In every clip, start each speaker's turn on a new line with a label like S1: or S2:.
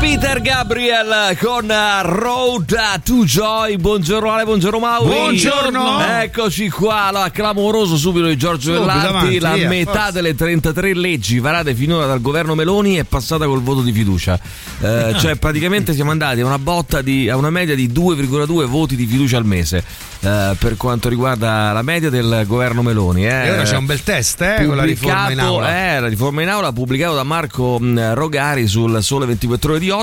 S1: Peter Gabriel con Road to Joy. Buongiorno Ale, buongiorno Mauro.
S2: Buongiorno.
S1: Eccoci qua, la clamoroso subito di Giorgio
S2: Subito,
S1: Vellanti.
S2: avanti,
S1: la
S2: via,
S1: metà
S2: forza.
S1: delle 33 leggi varate finora dal governo Meloni è passata col voto di fiducia. Eh, Cioè praticamente siamo andati a una botta di, a una media di 2,2 voti di fiducia al mese eh, per quanto riguarda la media del governo Meloni. eh.
S2: E ora c'è un bel test, eh, con la riforma in
S1: Pubblicato-
S2: aula.
S1: eh, la riforma in aula pubblicato da Marco mh, Rogari sul Sole 24 Ore di oggi.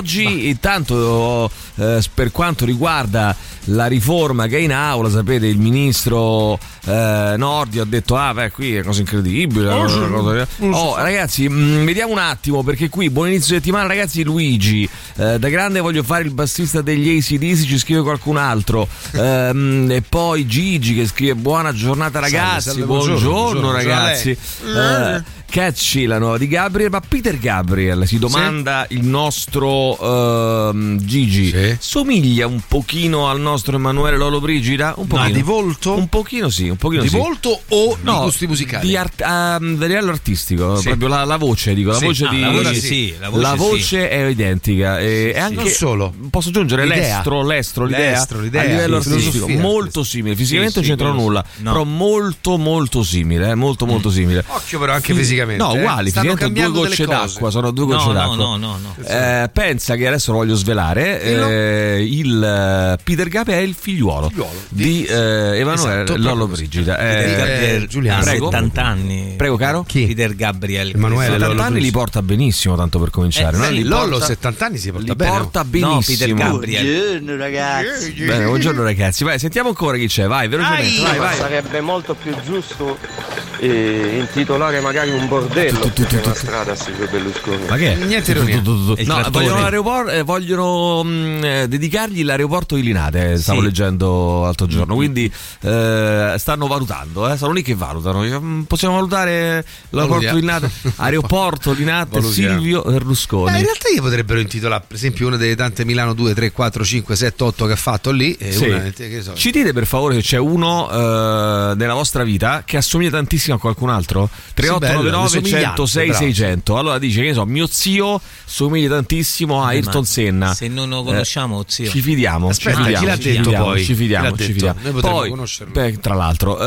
S1: Intanto, eh, per quanto riguarda la riforma che è in aula, sapete, il ministro eh, Nordio ha detto: Ah, beh, qui è una cosa incredibile. una cosa- Oh, ragazzi, mh, vediamo un attimo perché qui, buon inizio settimana, ragazzi. Luigi, eh, da grande voglio fare il bassista degli ACDC. Ci scrive qualcun altro, Ehm, e poi Gigi che scrive: Buona giornata,
S2: Salve,
S1: ragazzi.
S2: salve,
S1: buongiorno,
S2: buongiorno, buongiorno,
S1: ragazzi. Eh, Catchy la nuova di Gabriel, ma Peter Gabriel si domanda il nostro ehm, Gigi.
S2: Sì.
S1: Somiglia un pochino al nostro Emanuele Lolo Brigida? Un pochino.
S2: di volto?
S1: Un pochino sì, un pochino
S2: Di
S1: sì.
S2: volto o
S1: No,
S2: di gusti musicali?
S1: di art- ehm, a livello artistico, proprio la, la voce, dico, la
S2: Sì.
S1: voce
S2: Ah,
S1: di
S2: la voce
S3: sì, la voce
S1: la
S3: sì.
S1: voce è identica e è anche
S2: Non solo.
S1: Posso aggiungere
S2: L'idea.
S1: l'estro, l'estro, l'idea,
S2: L'estro, l'idea,
S1: a livello
S2: sì,
S1: artistico
S2: filosofia.
S1: molto simile, fisicamente non c'entrano
S3: quello sì.
S1: nulla,
S3: No.
S1: però molto molto simile, eh, molto molto simile.
S2: Mm. Occhio però anche
S1: Fi-
S2: fisicamente.
S1: No,
S2: eh.
S1: uguali,
S2: Stanno
S1: fisicamente due
S2: cambiando delle
S1: gocce
S2: cose.
S1: d'acqua, sono due
S3: No,
S1: gocce
S3: no,
S1: d'acqua.
S3: no, no, no.
S1: Eh, pensa che adesso lo voglio svelare,
S2: Dillo.
S1: eh, il eh, Peter Gabriel è il figliuolo,
S2: Figliuolo
S1: di, eh, Emanuele
S2: Esatto, proprio
S1: Lollo
S2: così.
S1: Brigida.
S2: Peter
S1: Eh,
S2: Gabriel, Giuliano.
S3: ha
S1: Prego.
S3: 70 anni.
S1: Prego, caro.
S2: Chi?
S3: Peter Gabriel.
S2: Emanuele
S3: Questo-
S2: Lollo
S1: 70 anni Cioè, li porta benissimo, tanto per cominciare.
S3: Cioè, Eh,
S1: no?
S3: sì,
S1: Li
S2: Lollo
S1: porta-
S2: 70 anni si porta
S1: li
S2: bene.
S1: porta
S3: No, Peter
S1: benissimo.
S3: Gabriel.
S1: Bene, buongiorno ragazzi. Vai, sentiamo ancora chi c'è. Vai, velocemente. Vai, vai.
S4: Sarebbe molto più giusto eh, intitolare magari un bordello
S1: Tu, tu, tu, tu,
S4: per una
S1: tu.
S4: strada a Silvio Berlusconi.
S1: Ma che? è?
S2: Niente ironia.
S1: Tu, tu, tu, tu.
S3: È il
S1: No,
S3: trattore.
S1: vogliono, l'aeropor- eh, vogliono mh, eh, dedicargli l'aeroporto di Linate. eh, Stavo
S3: Sì.
S1: leggendo l'altro giorno. Quindi eh, stanno valutando. Eh, sono lì che valutano. Dice, "Mm, Possiamo valutare l'aeroporto
S2: Valutiamo.
S1: di Linate. Aeroporto Linate
S2: Valutiamo.
S1: Silvio
S2: Ma Eh, in
S1: Berlusconi.
S2: realtà gli potrebbero intitolare, per esempio, una delle tante Milano 2, 3, 4, 5, 7, 8 che ha fatto lì. E
S1: Sì.
S2: Eh, una, che so.
S1: Ci dite per favore se c'è uno eh, nella vostra vita che assomiglia tantissimo a qualcun altro?
S2: Sì,
S1: 3899
S2: bello, le
S1: 106
S2: somiglianze,
S1: 600. Allora dice che ne so, mio zio somiglia tantissimo a Ayrton
S3: ma
S1: Senna. Eh,
S3: se non lo conosciamo, zio.
S1: Ci fidiamo.
S2: Aspetta,
S1: ci
S2: chi
S1: fidiamo,
S2: l'ha
S1: ci
S2: detto
S1: fidiamo,
S2: poi?
S1: Ci
S2: Chi
S1: fidiamo,
S2: l'ha detto?
S1: ci fidiamo.
S2: Noi potremmo
S1: Poi,
S2: conoscerlo.
S1: beh, tra l'altro, eh,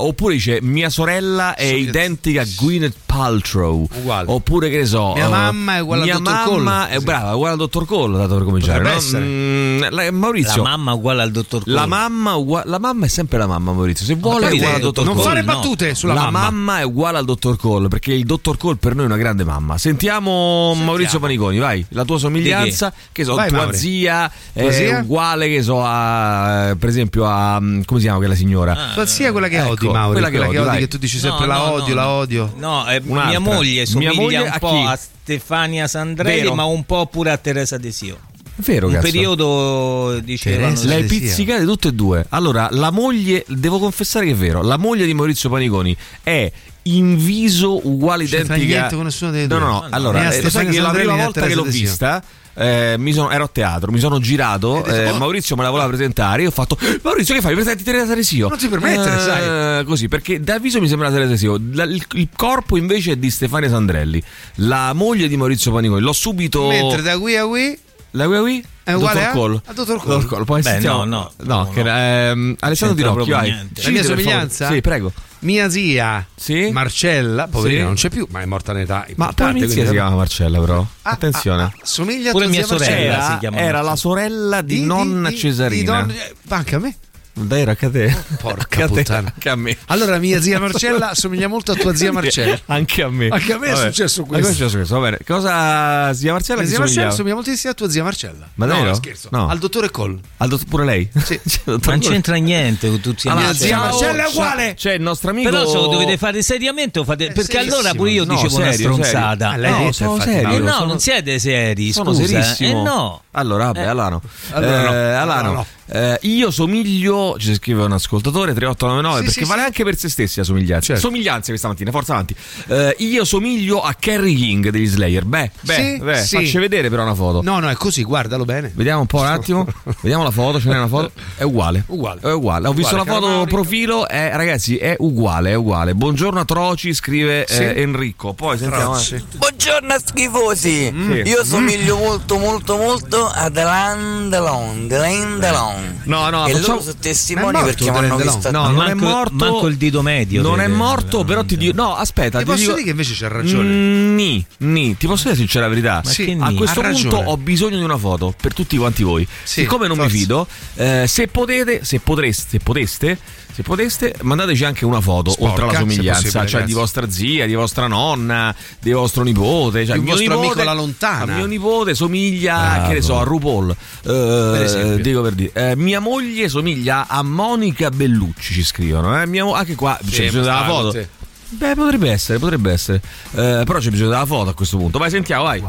S1: oppure dice mia sorella è
S2: Sì,
S1: identica a Gwyneth Paltrow.
S2: Uguale.
S1: Oppure che ne so,
S2: Mia
S1: eh,
S2: mamma è uguale al
S1: mia
S2: dottor
S1: mamma
S2: Cole.
S1: è
S2: Sì.
S1: brava, è uguale al dottor Cole, dato per cominciare.
S2: Potrebbe
S1: no?
S2: essere.
S1: Mm, la- Maurizio,
S3: La mamma uguale al dottor Cole.
S1: la mamma, ugua- la mamma è sempre la mamma, Maurizio. Se vuole, è
S2: Capite?
S1: uguale al dottor
S2: non
S1: Cole.
S2: fare
S3: no.
S2: battute sulla
S1: la
S2: mamma.
S1: è uguale al dottor Cole perché il dottor Cole per noi è una grande mamma. Sentiamo, Maurizio Paniconi, vai. La tua somiglianza, che so,
S2: Vai,
S1: tua
S2: Mauri.
S1: zia è
S2: Tua zia?
S1: uguale, che so, a eh, per esempio a mm, come si chiama quella signora?
S2: Tua zia è quella che
S1: Ecco,
S2: odi, Mauro. Quella
S1: quella che
S2: che,
S1: odi,
S2: odi,
S1: dai.
S2: che tu dici
S3: No,
S2: sempre la
S3: no,
S2: odio,
S3: no,
S2: la
S3: no.
S2: odio.
S3: No, eh,
S1: Un'altra.
S3: mia moglie
S1: Mia
S3: somiglia
S1: moglie
S3: un
S1: a
S3: po'
S1: chi?
S3: a Stefania Sandrelli,
S1: Vero.
S3: ma un po' pure a Teresa De Sio.
S1: Vero,
S3: un
S1: cazzo.
S3: periodo dicevano
S2: Teresa.
S1: Le hai
S2: Sì, sì,
S1: pizzicate tutte e due. Allora, la moglie, devo confessare che è vero, la moglie di Maurizio Paniconi è in viso uguale
S2: C'entra
S1: identica.
S2: niente con nessuno dei due.
S1: No, no, no.
S2: Ma no.
S1: Allora,
S2: Né a
S1: eh, lo sai
S2: Stefania
S1: che la
S2: Sandrelli,
S1: prima
S2: né a
S1: volta che l'ho
S2: Teresa De Sio.
S1: vista. eh, mi sono- ero a teatro, mi sono girato.
S2: detto,
S1: eh,
S2: "Oh".
S1: Maurizio me la voleva presentare. Io ho fatto: Maurizio, che fai? Mi Presenti Teresa Resio?
S2: Non ti permettere, sai.
S1: Così, perché dal viso mi sembra Teresa Resio. Il, il corpo invece è di Stefania Sandrelli, la moglie di Maurizio Paniconi. L'ho subito.
S2: Mentre da qui a qui
S1: La Wii Wii
S2: È uguale
S1: Dottor
S2: a-
S1: Cole.
S2: a Dottor Cole.
S1: Poi
S3: Beh,
S1: sentiamo-
S3: no, no,
S1: no,
S3: no,
S1: che
S3: no.
S1: era, ehm, Alessandro Di
S3: C'entra proprio
S1: Rocchio, vai.
S3: niente.
S2: La mia
S1: Ci dite, per
S2: somiglianza?
S1: favore. Sì, prego.
S2: Mia zia,
S1: Sì?
S2: Marcella, poverina,
S1: Sì.
S2: non c'è più, ma è morta in età.
S1: Ma poi
S2: importante,
S1: mia zia
S2: quindi-
S1: si chiama Marcella, però.
S2: Ah,
S1: Attenzione.
S2: ah, ah, somiglia
S3: Pure
S2: a tua
S3: mia
S2: zia
S3: sorella
S2: Marcella.
S1: Era,
S3: si chiama
S1: era
S3: Marcella.
S1: la sorella di,
S2: Di-
S1: nonna
S2: di-
S1: Cesarina.
S2: di donna- eh, ma anche a me.
S1: Dai, era che a te.
S2: porca
S1: Anche a te,
S2: puttana.
S1: Anche a me.
S2: Allora, mia zia Marcella somiglia molto a tua zia Marcella.
S1: Anche a me.
S2: Anche a me è successo
S1: Anche a me
S2: questo.
S1: è successo questo. Va bene. Cosa zia Marcella
S2: Mia
S1: che
S2: zia Marcella
S1: somigliava?
S2: somiglia moltissimo a tua zia Marcella.
S1: Ma
S2: no,
S1: davvero?
S2: scherzo.
S1: No.
S2: Al dottore Cole.
S1: Al dott- pure lei?
S2: Sì.
S1: Cioè, dottor
S3: Non
S1: Cole.
S3: c'entra niente con tutti
S1: Allora,
S2: Mia zia
S1: ciao,
S2: Marcella è
S1: ciao.
S2: uguale.
S1: C'è Cioè, il nostro amico.
S3: Però se lo dovete fare seriamente o fate... Perché
S2: serissimo.
S3: allora pure io
S1: Eh, No,
S3: dicevo una
S1: serio, Eh,
S3: stronzata.
S1: serio.
S2: Ah, l'hai
S1: no,
S2: detto,
S1: sono
S2: infatti,
S1: serio.
S3: Eh no,
S1: sono-
S3: non siete seri,
S1: Sono
S3: scusa.
S1: serissimo.
S3: Eh no.
S1: Allora, vabbè, Alano.
S2: Allora no,
S1: Eh,
S2: allora
S1: Alano,
S2: no.
S1: eh, io somiglio bravo, ci scrive un ascoltatore 3899
S2: Sì,
S1: perché
S2: sì,
S1: vale
S2: sì.
S1: anche per se stessi la somiglianza.
S2: Certo.
S1: Somiglianze questa mattina, forza avanti. Eh, io somiglio a Kerry King degli Slayer. Beh, beh,
S2: Sì,
S1: beh,
S2: sì.
S1: facci vedere però una foto.
S2: No, no, è così, guardalo bene.
S1: Vediamo un po' un attimo, vediamo la foto, ce n'è una foto, è uguale.
S2: Uguale.
S1: È uguale. Ho visto la
S2: Uguale,
S1: foto
S2: Calamari.
S1: profilo, è- ragazzi, è uguale, è uguale. Buongiorno a Troci, scrive eh, Enrico. Poi sentiamo. eh.
S5: Buongiorno schifosi,
S1: Mm. Sì.
S5: io somiglio molto molto molto ad Alain Delon, Alain Delon.
S1: No, no,
S5: e
S1: facciamo-
S5: loro sono
S2: Ma è
S5: testimoni
S2: morto
S5: perché mi
S2: Alain
S5: hanno
S2: Delon?
S5: visto
S1: No, non è
S3: Manco-
S1: morto.
S3: manco il dito medio
S1: Non è
S3: deve-
S1: morto, però ti dico. No, aspetta,
S2: Ti
S1: ti,
S2: posso
S1: dico.
S2: dire che invece c'ha ragione.
S1: Mm, Ni, ni, ti posso dire sincera la verità.
S3: Ma
S2: Sì,
S3: che
S1: A
S3: ni?
S1: questo
S2: ha ragione.
S1: punto ho bisogno di una foto per tutti quanti voi.
S2: Sì,
S1: Siccome non
S2: forza.
S1: mi fido, eh, se potete, se potreste, se poteste, se poteste, mandateci anche una foto
S2: Sporca,
S1: oltre alla
S2: se
S1: somiglianza,
S2: possibile,
S1: cioè di
S2: grazie.
S1: vostra zia, di vostra nonna, di vostro nipote, cioè
S2: Di un
S1: mio
S2: vostro
S1: nipote,
S2: amico alla lontana. Ah,
S1: a Mio nipote somiglia,
S3: Bravo.
S1: che ne so, a RuPaul. Eh,
S2: esempio.
S1: dico per dire, eh, mia moglie somiglia a Monica Bellucci, ci scrivono, eh. Mia mo- anche qua c'è bisogno della
S2: basta,
S1: foto.
S2: sì.
S1: Beh, potrebbe essere, potrebbe essere. Eh, però c'è bisogno della foto a questo punto. Vai, sentiamo, vai.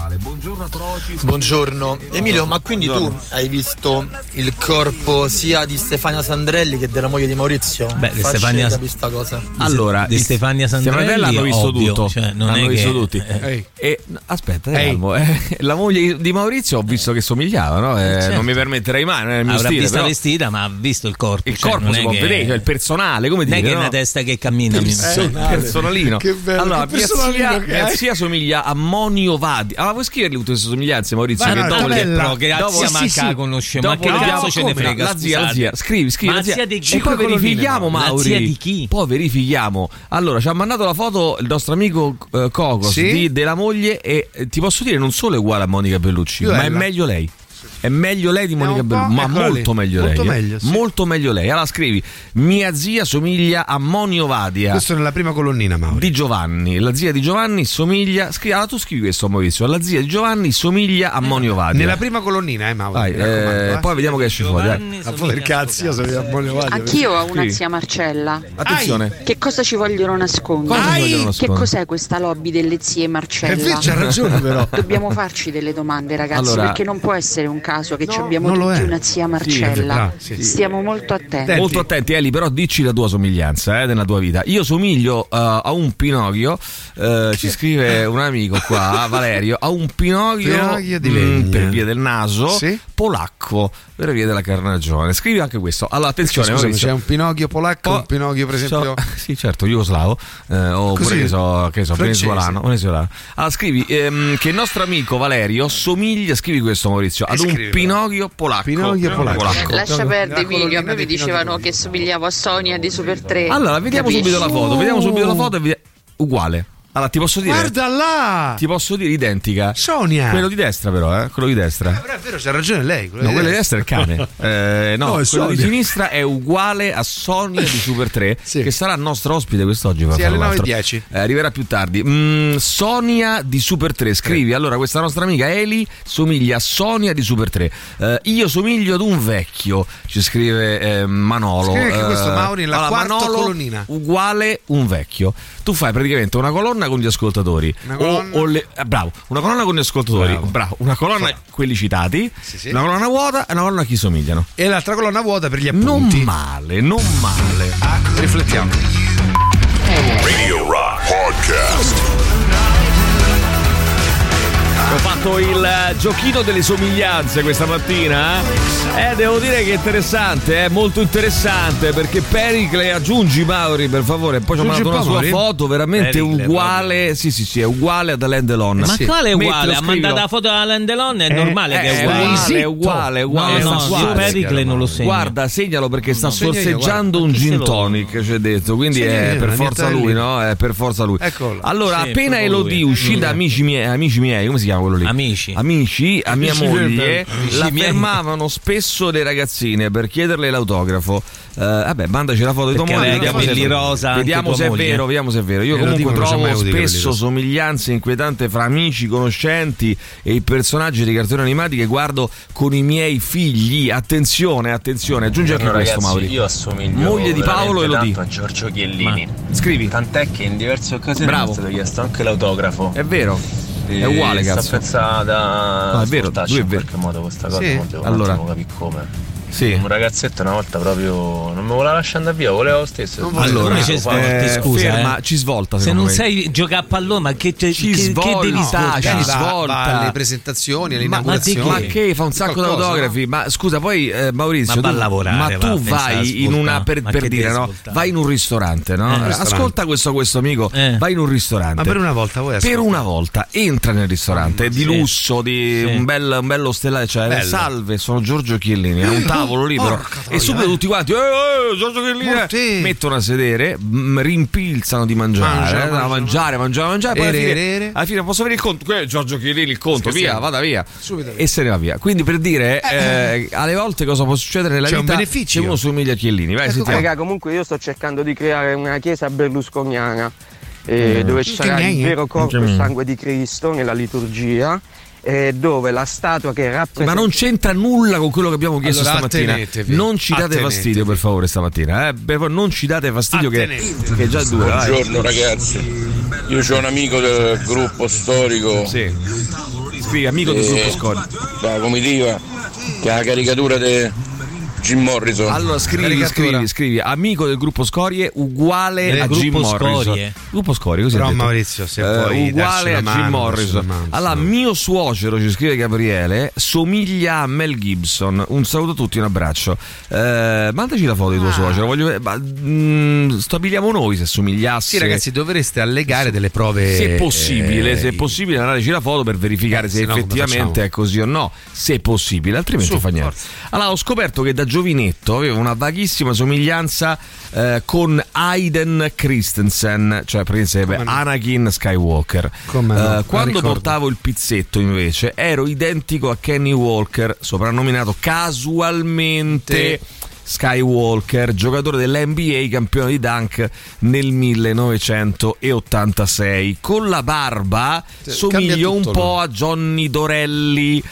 S6: Buongiorno Emilio, ma quindi tu hai visto il corpo sia di Stefania Sandrelli che della moglie di Maurizio?
S3: Beh,
S6: Facci
S3: Stefania-
S6: capire sta cosa.
S1: Allora,
S3: di
S1: il-
S3: Stefania Sandrelli,
S1: Stefania Bella hanno visto
S3: ovvio,
S1: tutto.
S3: cioè, non
S1: hanno
S3: è
S1: visto
S3: che- eh.
S1: tutti.
S2: Ehi.
S1: E, no, aspetta,
S2: Ehi.
S1: calmo. Eh, la moglie di Maurizio ho visto che somigliava, no? Eh,
S3: certo.
S1: Non mi permetterei mai, non è il mio
S3: Avrà
S1: stile.
S3: visto
S1: però
S3: vestita, ma ha visto il corpo.
S1: il
S3: cioè,
S1: corpo
S3: non
S1: si
S3: è
S1: può
S3: che-
S1: vedere, cioè il personale, come
S3: Non
S1: dire.
S3: è che è
S1: no?
S3: una testa che cammina. mi-
S1: personalino.
S2: Che bello,
S1: allora,
S2: che
S1: mia
S2: personalino
S1: zia,
S2: che
S1: mia
S2: hai.
S1: zia somiglia a Monio Vadi. Allora, vuoi scrivergli tutte queste somiglianze, Maurizio?
S3: Ma
S1: che
S3: no,
S1: dopo
S3: vabbè,
S1: le-
S3: però che la
S1: dopo-
S3: zia
S1: Sì,
S3: manca
S1: sì,
S3: la
S1: sì.
S3: conosce, Cioè, ma
S1: Dopo
S3: che
S1: le
S3: cazzo
S1: diamo-
S3: ce ne
S1: come?
S3: frega,
S1: La zia, la
S3: scusate.
S1: zia. Scrivi, scrivi.
S3: Ma
S1: la
S3: zia di chi?
S1: E poi verifichiamo,
S3: La zia
S1: Mauri.
S3: di chi?
S1: Poi verifichiamo. Allora, ci ha mandato la foto il nostro amico eh, Cocos
S2: Sì?
S1: di- della moglie e eh, ti posso dire non solo è uguale a Monica Bellucci,
S2: Più
S1: ma è
S2: bella.
S1: meglio lei. È meglio lei di
S2: Vediamo
S1: Monica
S2: un po'.
S1: Bellucci, ma
S2: Eccola
S1: molto
S2: lì.
S1: meglio
S2: Molto
S1: lei. eh.
S2: meglio, sì.
S1: Molto meglio lei. Allora scrivi: Mia zia somiglia a Monio Vadia
S2: Questo è nella prima colonnina, Mauro.
S1: di Giovanni. La zia di Giovanni somiglia. Scrivi, allora tu scrivi questo, Maurizio. La zia di Giovanni somiglia a Monio Vadia.
S2: Nella prima colonnina, eh, Mauro.
S1: Vai,
S2: mi
S1: eh,
S2: raccomando, eh.
S1: poi vediamo che esce fuori. dai.
S3: Giovanni
S2: Ma
S3: somiglia
S2: poi
S3: a
S2: del cazzo, io
S3: suo
S2: sono a Bologna, guarda,
S7: Anch'io ho una
S1: Sì.
S7: zia Marcella.
S1: Attenzione.
S7: Che cosa ci vogliono nascondere?
S1: Cosa ci vogliono
S7: Che
S1: nascondere?
S7: cos'è questa lobby delle
S2: perché-
S7: zie
S2: Eh,
S7: Marcella?
S2: vedi, c'ha ragione però.
S7: Dobbiamo farci delle domande, ragazzi,
S1: Allora-
S7: perché non può essere un caso che ci abbiamo
S2: Ah. non lo
S7: tutti
S2: è.
S7: una zia Marcella.
S2: bravo, sì, Ecco. sì.
S7: Stiamo molto attenti.
S2: Attenti.
S1: Molto attenti, Eli, però dici la tua somiglianza eh, nella tua vita. Io somiglio eh, a un Pinocchio, eh, ci scrive un amico qua, Valerio, a un Pinocchio,
S2: Pinocchio di
S1: mm,
S2: legna.
S1: per via del naso,
S2: Sì.
S1: polacco per via della carnagione. Scrivi anche questo. Allora, attenzione,
S2: Scusami,
S1: Maurizio.
S2: c'è un Pinocchio polacco,
S1: Po-
S2: un Pinocchio per esempio...
S1: Oh. so- sì, certo, jugoslavo, eh, oppure
S2: Così?
S1: che so, che so
S2: Francese.
S1: venezuelano, venezuelano. Allora, scrivi ehm, che il nostro amico Valerio somiglia, scrivi questo Maurizio, ad un
S2: scrivilo.
S1: Pinocchio polacco. Eh,
S2: Pinocchio polacco. Ecco.
S7: Lascia perdere i video, a me
S2: di Pinocchio
S7: mi dicevano
S2: Polacco.
S7: che somigliavo a Sonia di Super 3.
S1: Allora, vediamo
S7: Capisci?
S1: subito la foto. Vediamo subito la foto. E vedi- uguale. Allora, ti posso dire.
S2: Guarda là!
S1: Ti posso dire identica.
S2: Sonia!
S1: Quello di destra, però, eh? Quello di destra.
S2: Però è vero, c'ha ragione lei.
S1: No, quello di destra è il cane.
S2: Eh.
S1: Eh, no,
S2: No, è
S1: quello di
S2: Sonia.
S1: sinistra è uguale a Sonia di Super 3,
S2: Sì.
S1: che sarà il nostro ospite quest'oggi. per
S2: Sì,
S1: fare
S2: alle
S1: l'altro.
S2: 9.10.
S1: Eh, arriverà più tardi. Mm, Sonia di Super 3, scrivi. Allora, questa nostra amica Eli somiglia a Sonia di Super 3. Eh, io somiglio ad un vecchio, ci scrive eh, Manolo.
S2: Scrive che questo
S1: Eh,
S2: Mauri è la quarta colonnina.
S1: Uguale un vecchio. Tu fai praticamente una colonna con gli ascoltatori.
S2: Una
S1: O-
S2: colonna-
S1: o le- eh, bravo, una colonna con gli ascoltatori.
S2: Bravo.
S1: Bravo. Una colonna quelli citati,
S2: Sì, sì.
S1: una colonna vuota e una colonna a chi somigliano.
S2: E l'altra colonna vuota per gli
S1: Non
S2: appunti.
S1: male, non male.
S2: Ah, riflettiamo.
S8: Radio Rock Podcast.
S1: Ho fatto il eh, giochino delle somiglianze questa mattina. Eh, devo dire che è interessante, è molto interessante perché Pericle aggiungi Mauri per favore. Poi ci ho
S2: Aggiungi
S1: mandato
S2: un
S1: una
S2: po',
S1: sua
S2: Mauri.
S1: foto veramente
S3: Pericle,
S1: uguale. Sì, sì, sì, è uguale ad Alain Delon.
S3: Ma
S1: Sì.
S3: quale è
S1: Mettilo,
S3: uguale? Ha
S1: scrivilo.
S3: mandato la foto alla Landelon, è normale che
S1: Eh,
S3: è uguale.
S1: È uguale, è uguale.
S3: No,
S1: sta
S3: no,
S1: uguale.
S3: io Pericle non lo segno.
S1: Guarda, segnalo perché sta
S2: segno io,
S1: sorseggiando un
S3: Chi se
S1: gin
S3: lo-
S1: tonic, c'è detto, quindi
S2: Segno
S1: è
S2: io,
S1: per
S2: la mia
S1: forza
S2: taglia.
S1: lui, no? È per forza lui.
S2: Eccolo.
S1: Allora,
S3: Sì,
S1: appena
S3: proprio lui. Mm.
S1: Elodie uscì da amici miei, amici miei, come si chiama quello lì?
S3: Amici.
S1: Amici, a mia
S2: Amici
S1: moglie,
S2: miei.
S1: la
S3: Amici miei.
S1: fermavano spesso le ragazzine per chiederle l'autografo. Eh, vabbè, mandaci la foto di tua
S3: Perché
S1: moglie.
S3: aveva i
S1: vediamo se è
S3: capelli
S1: vero.
S3: rosa anche
S1: Vediamo
S3: tua
S1: se è
S3: moglie.
S1: vero, vediamo se è vero. Io
S2: Elodie
S1: comunque
S2: non ci ho mai
S1: trovo
S2: avuto i capelli
S1: spesso
S2: rosa.
S1: somiglianze inquietanti fra amici, conoscenti e i personaggi di cartoni animati che guardo con i miei figli. Attenzione, attenzione, aggiungi anche
S9: Buongiorno,
S1: questo, Mauri.
S9: Ecco, ragazzi, Io assomiglio
S1: Moglie di Paolo
S9: veramente
S1: e lo dico.
S9: tanto a Giorgio Chiellini.
S1: Scrivi.
S9: Tant'è che in diverse occasioni
S1: Bravo.
S9: mi è stato chiesto anche l'autografo.
S1: È vero. È
S9: E
S1: uguale,
S9: sta
S1: cazzo.
S9: pensata
S1: No, è vero,
S9: ascoltarci
S1: lui è
S9: in
S1: vero.
S9: qualche modo questa cosa,
S2: Sì,
S9: ma devo un
S1: allora.
S9: attimo capire come. Un ragazzetto una volta proprio non mi voleva lasciare andare via, voleva lo stesso.
S1: Allora,
S9: Come
S3: ci
S9: lo fa?
S3: svolti, scusa,
S1: ferma,
S3: eh.
S1: ci svolta.
S3: Se
S1: secondo
S3: non
S1: me.
S3: sai giocare a pallone, ma che, te-
S1: Ci
S3: che- che
S1: svolta,
S3: devi svoltare?
S1: ci
S2: Eh, Va- va
S1: svolta.
S2: alle presentazioni, alle
S1: Ma, ma di-
S2: inaugurazioni.
S1: ma che fa un sacco di
S2: Qualcosa,
S1: autografi? Ma scusa, poi eh, Maurizio,
S3: Ma va
S1: tu,
S3: a lavorare,
S1: ma
S3: va a
S1: tu
S3: pensare a
S1: vai in
S3: svoltare.
S1: una per,
S3: Ma
S1: per
S3: che
S1: dire,
S3: devi
S1: no?
S3: svoltare?
S1: Vai in un ristorante, no?
S2: Eh, ristorante.
S1: Ascolta questo, questo amico,
S3: Eh.
S1: vai in un ristorante.
S2: Ma per una volta vuoi
S1: Per
S2: ascoltare?
S1: una volta entra nel ristorante di
S3: Sì.
S1: lusso, di
S3: Sì.
S1: un, bel, un bello stellare, cioè
S2: Bello.
S1: salve, sono Giorgio Chiellini, ha un tavolo libero e subito tutti quanti, "Eh, eh, Giorgio Chiellini, eh".
S2: Forte.
S1: mettono a sedere, mh, rimpilzano di mangiare,
S2: Mangia,
S1: eh, da
S2: mangia,
S1: mangiare, mangiare, mangiare, poi alla
S2: Ere,
S1: fine,
S2: ere, ere.
S1: alla fine posso avere il conto, Eh, Giorgio Chiellini il conto, via,
S2: Scherziamo.
S1: vada via
S2: Subito via.
S1: e se ne va via. Quindi per dire, eh, alle volte cosa può succedere nella
S2: C'è un
S1: vita
S2: beneficio. Ecco
S1: se uno somiglia a Chiellini, vai, sentiamo.
S4: Raga, comunque io sto cercando di creare una chiesa berlusconiana eh, dove ci sarà il vero corpo e sangue di Cristo nella liturgia e dove la statua che
S1: Ma
S4: rappresenta
S1: non c'entra nulla con quello che abbiamo chiesto
S2: Allora,
S1: stamattina.
S2: attenetevi.
S1: Non ci date
S2: Attenetevi.
S1: fastidio, per favore, stamattina. eh. Per favore, non ci date fastidio, che,
S2: Attenetevi.
S1: che è già dura. vai.
S8: Buongiorno ragazzi. Io ho un amico del gruppo storico
S1: Sì. Spiega, amico del gruppo
S8: eh,
S1: Scordi.
S8: da comitiva che ha la caricatura di Jim Morrison.
S1: Allora scrivi,
S2: Caricatura.
S1: scrivi, scrivi, amico del gruppo Scorie uguale
S3: Del
S1: a Jim
S3: gruppo
S1: Morrison.
S3: Scorie.
S1: Gruppo Scorie, così
S2: Però,
S1: ha detto. Eh,
S2: Maurizio, se puoi darci
S1: uguale
S2: una
S1: a
S2: mano,
S1: Jim
S2: darci
S1: Morrison.
S2: una mano,
S1: allora,
S2: insomma.
S1: mio suocero, ci scrive Gabriele, somiglia a Mel Gibson. Un saluto a tutti, un abbraccio. Eh, mandaci la foto di
S2: Ah.
S1: tuo suocero, voglio vedere- ma, mm, stabiliamo noi se somigliasse.
S2: Sì, ragazzi, dovreste allegare delle prove.
S1: Se possibile,
S2: eh,
S1: se possibile, andateci la foto per verificare
S2: Eh,
S1: se
S2: se no come
S1: effettivamente
S2: facciamo?
S1: è così o no. Se possibile, altrimenti
S2: Su,
S1: fa niente.
S2: forza.
S1: Allora, ho scoperto che da giovinetto avevo una vaghissima somiglianza eh, con Aiden Christensen, cioè praticamente sarebbe Anakin Skywalker. Eh,
S2: Come no, la
S1: quando
S2: ricordo.
S1: portavo il pizzetto, invece, ero identico a Kenny Walker, soprannominato casualmente. Skywalker, giocatore dell'NBA, campione di dunk nel 1986. Con la barba
S2: Cioè, cambia
S1: somiglio un
S2: tutto
S1: po'
S2: lui.
S1: a Johnny Dorelli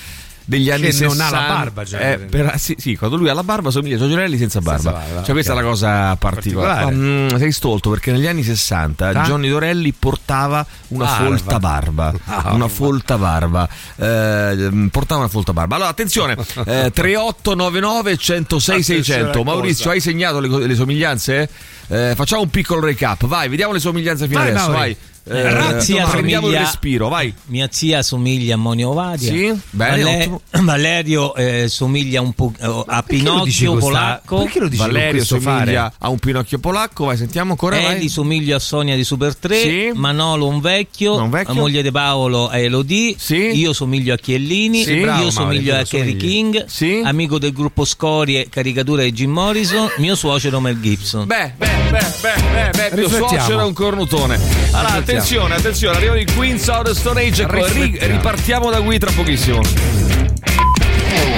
S1: degli anni
S2: Che non
S1: 60.
S2: ha la barba, Johnny
S1: Eh,
S2: Dorelli.
S1: per- sì, sì, quando lui ha la barba somiglia a Johnny Dorelli senza barba.
S2: barba,
S1: cioè questa è la cosa particolare.
S2: Particolare.
S1: Ma, mm, sei stolto perché negli anni 60
S2: Ah.
S1: Johnny Dorelli portava una
S2: Barba.
S1: folta barba,
S2: Ah,
S1: una
S2: oh,
S1: folta barba. Eh, mm, portava una folta barba. Allora, attenzione, eh, 3899 106
S2: Attenzione
S1: 600.
S2: a cosa.
S1: Maurizio, hai segnato le, co- le somiglianze? Eh, facciamo un piccolo recap. Vai, vediamo le somiglianze fino
S2: Vai,
S1: adesso,
S2: Mauri.
S1: vai.
S3: Eh, Razzi
S1: prendiamo il
S3: assomiglia-
S1: respiro, vai.
S3: Mia zia somiglia a Monio Vadia.
S1: Sì, bene, ottimo.
S3: Valerio eh, somiglia un po' eh, a
S2: Perché lo dici
S3: Pinocchio
S2: con sta-
S3: polacco.
S2: Perché lo dici con
S1: Valerio
S2: questo
S1: somiglia
S2: fare?
S1: a un Pinocchio polacco. Vai, sentiamo ancora. vai.
S3: Eli somiglia a Sonia di Super 3,
S1: eh. Sì.
S3: Manolo un vecchio,
S1: Un vecchio.
S3: la moglie di Paolo è Elodie,
S1: Sì.
S3: io somiglio a Chiellini,
S1: Sì,
S3: io
S2: bravo,
S3: somiglio
S2: Maurizio,
S3: a Kerry
S2: somigli.
S3: King,
S1: Sì.
S3: amico del gruppo Scorie, caricatura di Jim Morrison, mio suocero Mel Gibson.
S1: Beh, beh, beh, beh, beh, beh, mio
S2: Riflettiamo.
S1: suocero è un cornutone. Allora, attenzione, attenzione, arrivano i Queens out of Stone Age. ecco, ri-
S2: Riflettiamo.
S1: ripartiamo da qui tra pochissimo.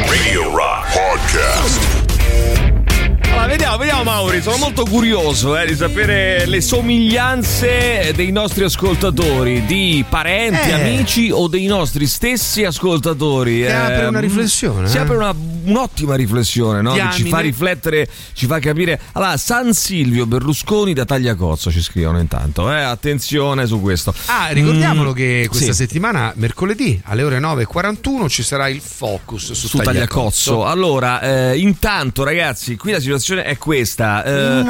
S8: Radio Rock Podcast.
S1: Allora, vediamo, vediamo Mauri, sono molto curioso eh, di sapere le somiglianze dei nostri ascoltatori, di parenti,
S2: Eh.
S1: amici o dei nostri stessi ascoltatori. ehm,
S2: Si apre una riflessione,
S1: Si
S2: eh.
S1: apre una- un'ottima riflessione, no? Che ci
S2: Diamine.
S1: fa riflettere, ci fa capire. Allora, San Silvio Berlusconi da Tagliacozzo ci scrivono intanto, eh, attenzione su questo.
S2: Ah, ricordiamolo
S1: Mm,
S2: che questa
S1: sì.
S2: settimana, mercoledì alle ore 9.41, ci sarà il focus su,
S1: su Tagliacozzo. Allora, eh, intanto ragazzi, qui la situazione è questa. eh,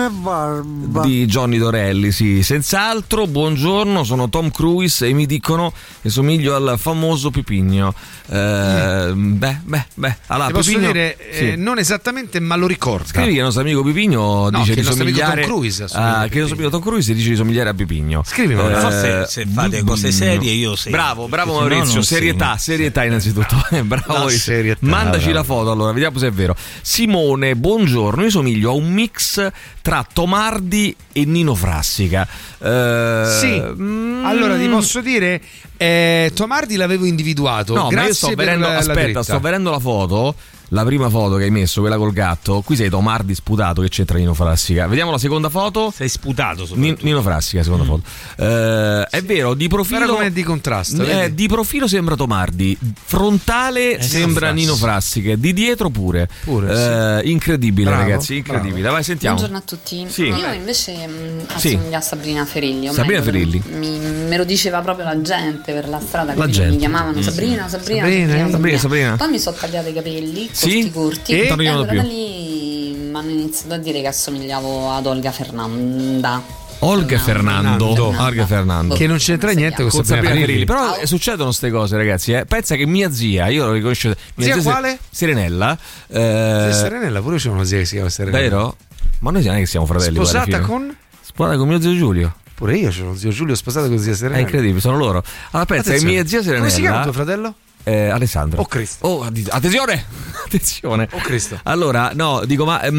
S1: di Johnny Dorelli, sì, senz'altro. Buongiorno, sono Tom Cruise e mi dicono che somiglio al famoso Pipigno. Eh, beh, beh, beh. Allora,
S2: Mm. Ti posso
S1: Pipigno,
S2: dire, eh,
S1: Ah, sì.
S2: non esattamente, ma lo ricorda.
S1: Scrivi che il nostro amico Pipigno
S2: No,
S1: dice
S2: che
S1: di
S2: il nostro amico Tom
S1: somigliare
S2: Cruise assomiglia a
S1: ah, che il nostro
S2: Pipigno.
S1: amico Tom Cruise dice di somigliare a Pipigno. Eh,
S2: Scrivi, Maurizio.
S3: Forse se fate cose serie io sì.
S1: Bravo, bravo
S3: Perché se no
S1: Maurizio,
S3: non
S1: serietà,
S3: sì.
S1: serietà innanzitutto. Eh, bravo
S2: La
S1: Maurizio.
S2: serietà,
S1: Mandaci
S2: bravo.
S1: la foto allora, vediamo se è vero. Simone, buongiorno, io somiglio a un mix tra Tomardi e Nino Frassica. Eh,
S2: Sì,
S1: mm,
S2: allora ti posso dire, eh, Tomardi l'avevo individuato.
S1: No, ma io
S2: Grazie
S1: sto
S2: per
S1: vedendo,
S2: la, la
S1: aspetta,
S2: dritta.
S1: sto vedendo la foto. La prima foto che hai messo, quella col gatto, qui sei Tomardi sputato che c'entra Nino Frassica. Vediamo la seconda foto.
S3: Sei sputato soprattutto.
S1: Ni- Nino Frassica, seconda foto. Eh, È vero, di profilo.
S2: Mm. Però com'è di contrasto,
S1: Eh,
S2: vedi? Eh,
S1: di profilo sembra Tomardi, frontale sembra
S2: Frassi.
S1: Nino Frassica, di dietro pure.
S2: Pure,
S1: Eh, Incredibile,
S2: Bravo,
S1: ragazzi, incredibile. Vai, sentiamo.
S10: Buongiorno a tutti.
S1: Sì.
S10: Io invece mm, mh,
S1: Sì.
S10: assomiglio a Sabrina Ferilli. o
S1: Sabrina
S10: meglio,
S1: Ferilli.
S10: Mi, me lo diceva proprio la gente per la strada. quindi
S1: gente. Mm.
S10: Mi chiamavano Sabrina, Sabrina,
S2: Sabrina,
S10: Sabrina,
S1: Sabrina, Sabrina.
S10: Poi mi sono tagliata i capelli,
S1: Sì?
S10: corti, corti.
S1: E? Non
S10: allora
S1: arrivano
S10: da
S1: più.
S10: lì mi hanno iniziato a dire che assomigliavo ad Olga Fernanda.
S1: Olga Fernando. Olga Fernando.
S2: Che non c'entra niente con
S1: Con
S2: Sabrina
S1: Sabrina
S2: Ferilli.
S1: Ferilli. Però eh, succedono queste cose, ragazzi. eh. Pensa che mia zia, io lo riconosco. Mia
S2: Zia
S1: se-
S2: quale?
S1: Sirenella. eh,
S2: Serenella, pure c'è una zia che si chiama Serenella.
S1: Vero? Ma noi non è che siamo fratelli. poi, alla
S2: Sposata
S1: fine.
S2: con?
S1: Sposata con mio zio Giulio.
S2: Pure io sono zio Giulio sposato con zia Serenella.
S1: È Eh, incredibile, sono loro. Allora pensa che
S2: Attenzione.
S1: mia zia Sirenella.
S2: Come si chiama tuo fratello?
S1: Eh, Alessandro.
S2: Oh, Cristo.
S1: Oh, addi- attenzione! Attenzione.
S2: Oh Cristo.
S1: Allora, no, dico, ma ehm,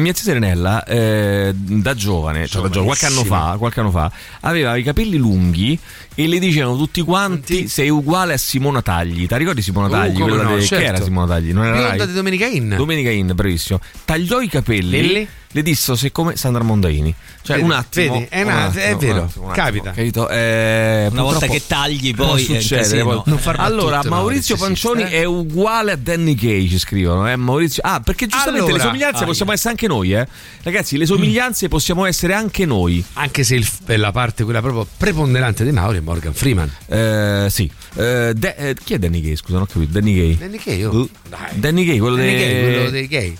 S1: mia zia Serenella, eh, da giovane, cioè da giovane, qualche anno fa, qualche anno fa, aveva i capelli lunghi e le dicevano tutti quanti sei uguale a Simona Tagli. Ti ricordi Simona
S2: Uh,
S1: Tagli?
S2: come
S1: Quella
S2: no,
S1: de-
S2: certo.
S1: Che era Simona Tagli? Non era
S2: Bionda
S1: Rai?
S2: di Domenica In.
S1: Domenica In, bravissimo. Tagliò i capelli.
S2: Lilli?
S1: Le dissero se come Sandra Mondaini. Cioè,
S2: Vedi,
S1: un attimo.
S2: vedi, è
S1: un
S2: una-
S1: attimo,
S2: è
S1: un
S2: vero,
S1: attimo, un attimo,
S2: capita.
S1: capito? Eh,
S3: Una volta
S1: purtroppo
S3: che tagli,
S1: può
S3: poi è un
S1: succedere.
S3: casino.
S1: poi-
S3: Non far battute,
S1: allora,
S3: Maurizio,
S1: Maurizio
S3: sì,
S1: Pancioni è uguale a Danny Kay, ci scrivono. Eh? Maurizio... Ah, perché giustamente
S2: Allora,
S1: le somiglianze
S2: ahia.
S1: possiamo essere anche noi, eh? Ragazzi, le somiglianze possiamo essere anche noi.
S2: Anche se il f- è la parte quella proprio preponderante di Mauri è Morgan Freeman.
S1: Eh, sì. Eh, De- eh, chi è Danny Gay? Scusa, non ho capito. Danny Gay.
S2: Danny Gay, oh.
S1: Uh,
S2: Dai.
S1: Danny Gay, quello,
S2: Danny
S1: dei...
S2: Gay, quello dei gay.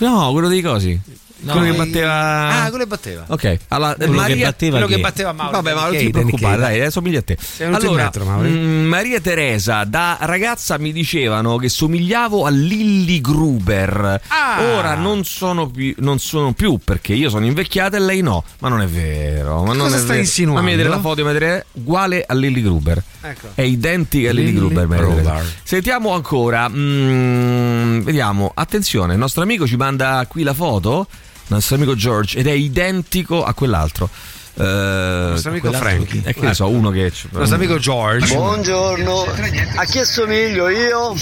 S1: No, quello dei cosi. quello che
S2: dei-
S1: batteva.
S2: Ah, quello che batteva.
S1: Ok, allora,
S3: Quello che batteva
S2: quello
S3: chi?
S2: che batteva Mauri.
S1: Vabbè, ma non
S2: Danny
S1: ti
S2: Gay, Danny
S1: preoccupare,
S2: Gay,
S1: dai, adesso somiglia a te.
S2: Sei venuto in metro, Mauri?
S1: mm, Maria Teresa, da ragazza mi dicevano che somigliavo a Lilly Gruber.
S2: Ah!
S1: Ora non sono, più, non sono più perché io sono invecchiata e lei no. Ma non è vero. Ma non
S2: Cosa
S1: è
S2: stai
S1: vero.
S2: insinuando?
S1: Fammi vedere la foto, fammi vedere. Uguale a Lilly Gruber.
S2: Ecco.
S1: È identica a Lilly
S2: Lilly
S1: Gruber. Maria Teresa.
S2: Gruber.
S1: Sentiamo ancora. mm, vediamo. Attenzione, il nostro amico ci manda qui la foto. Il nostro amico George ed è identico a quell'altro. Eh,
S2: nostro amico
S1: quell'altro
S2: Frankie.
S1: chi? Eh, che ne so, uno che. Il
S2: Il nostro amico George. Mm.
S11: Buongiorno, a chi assomiglio io?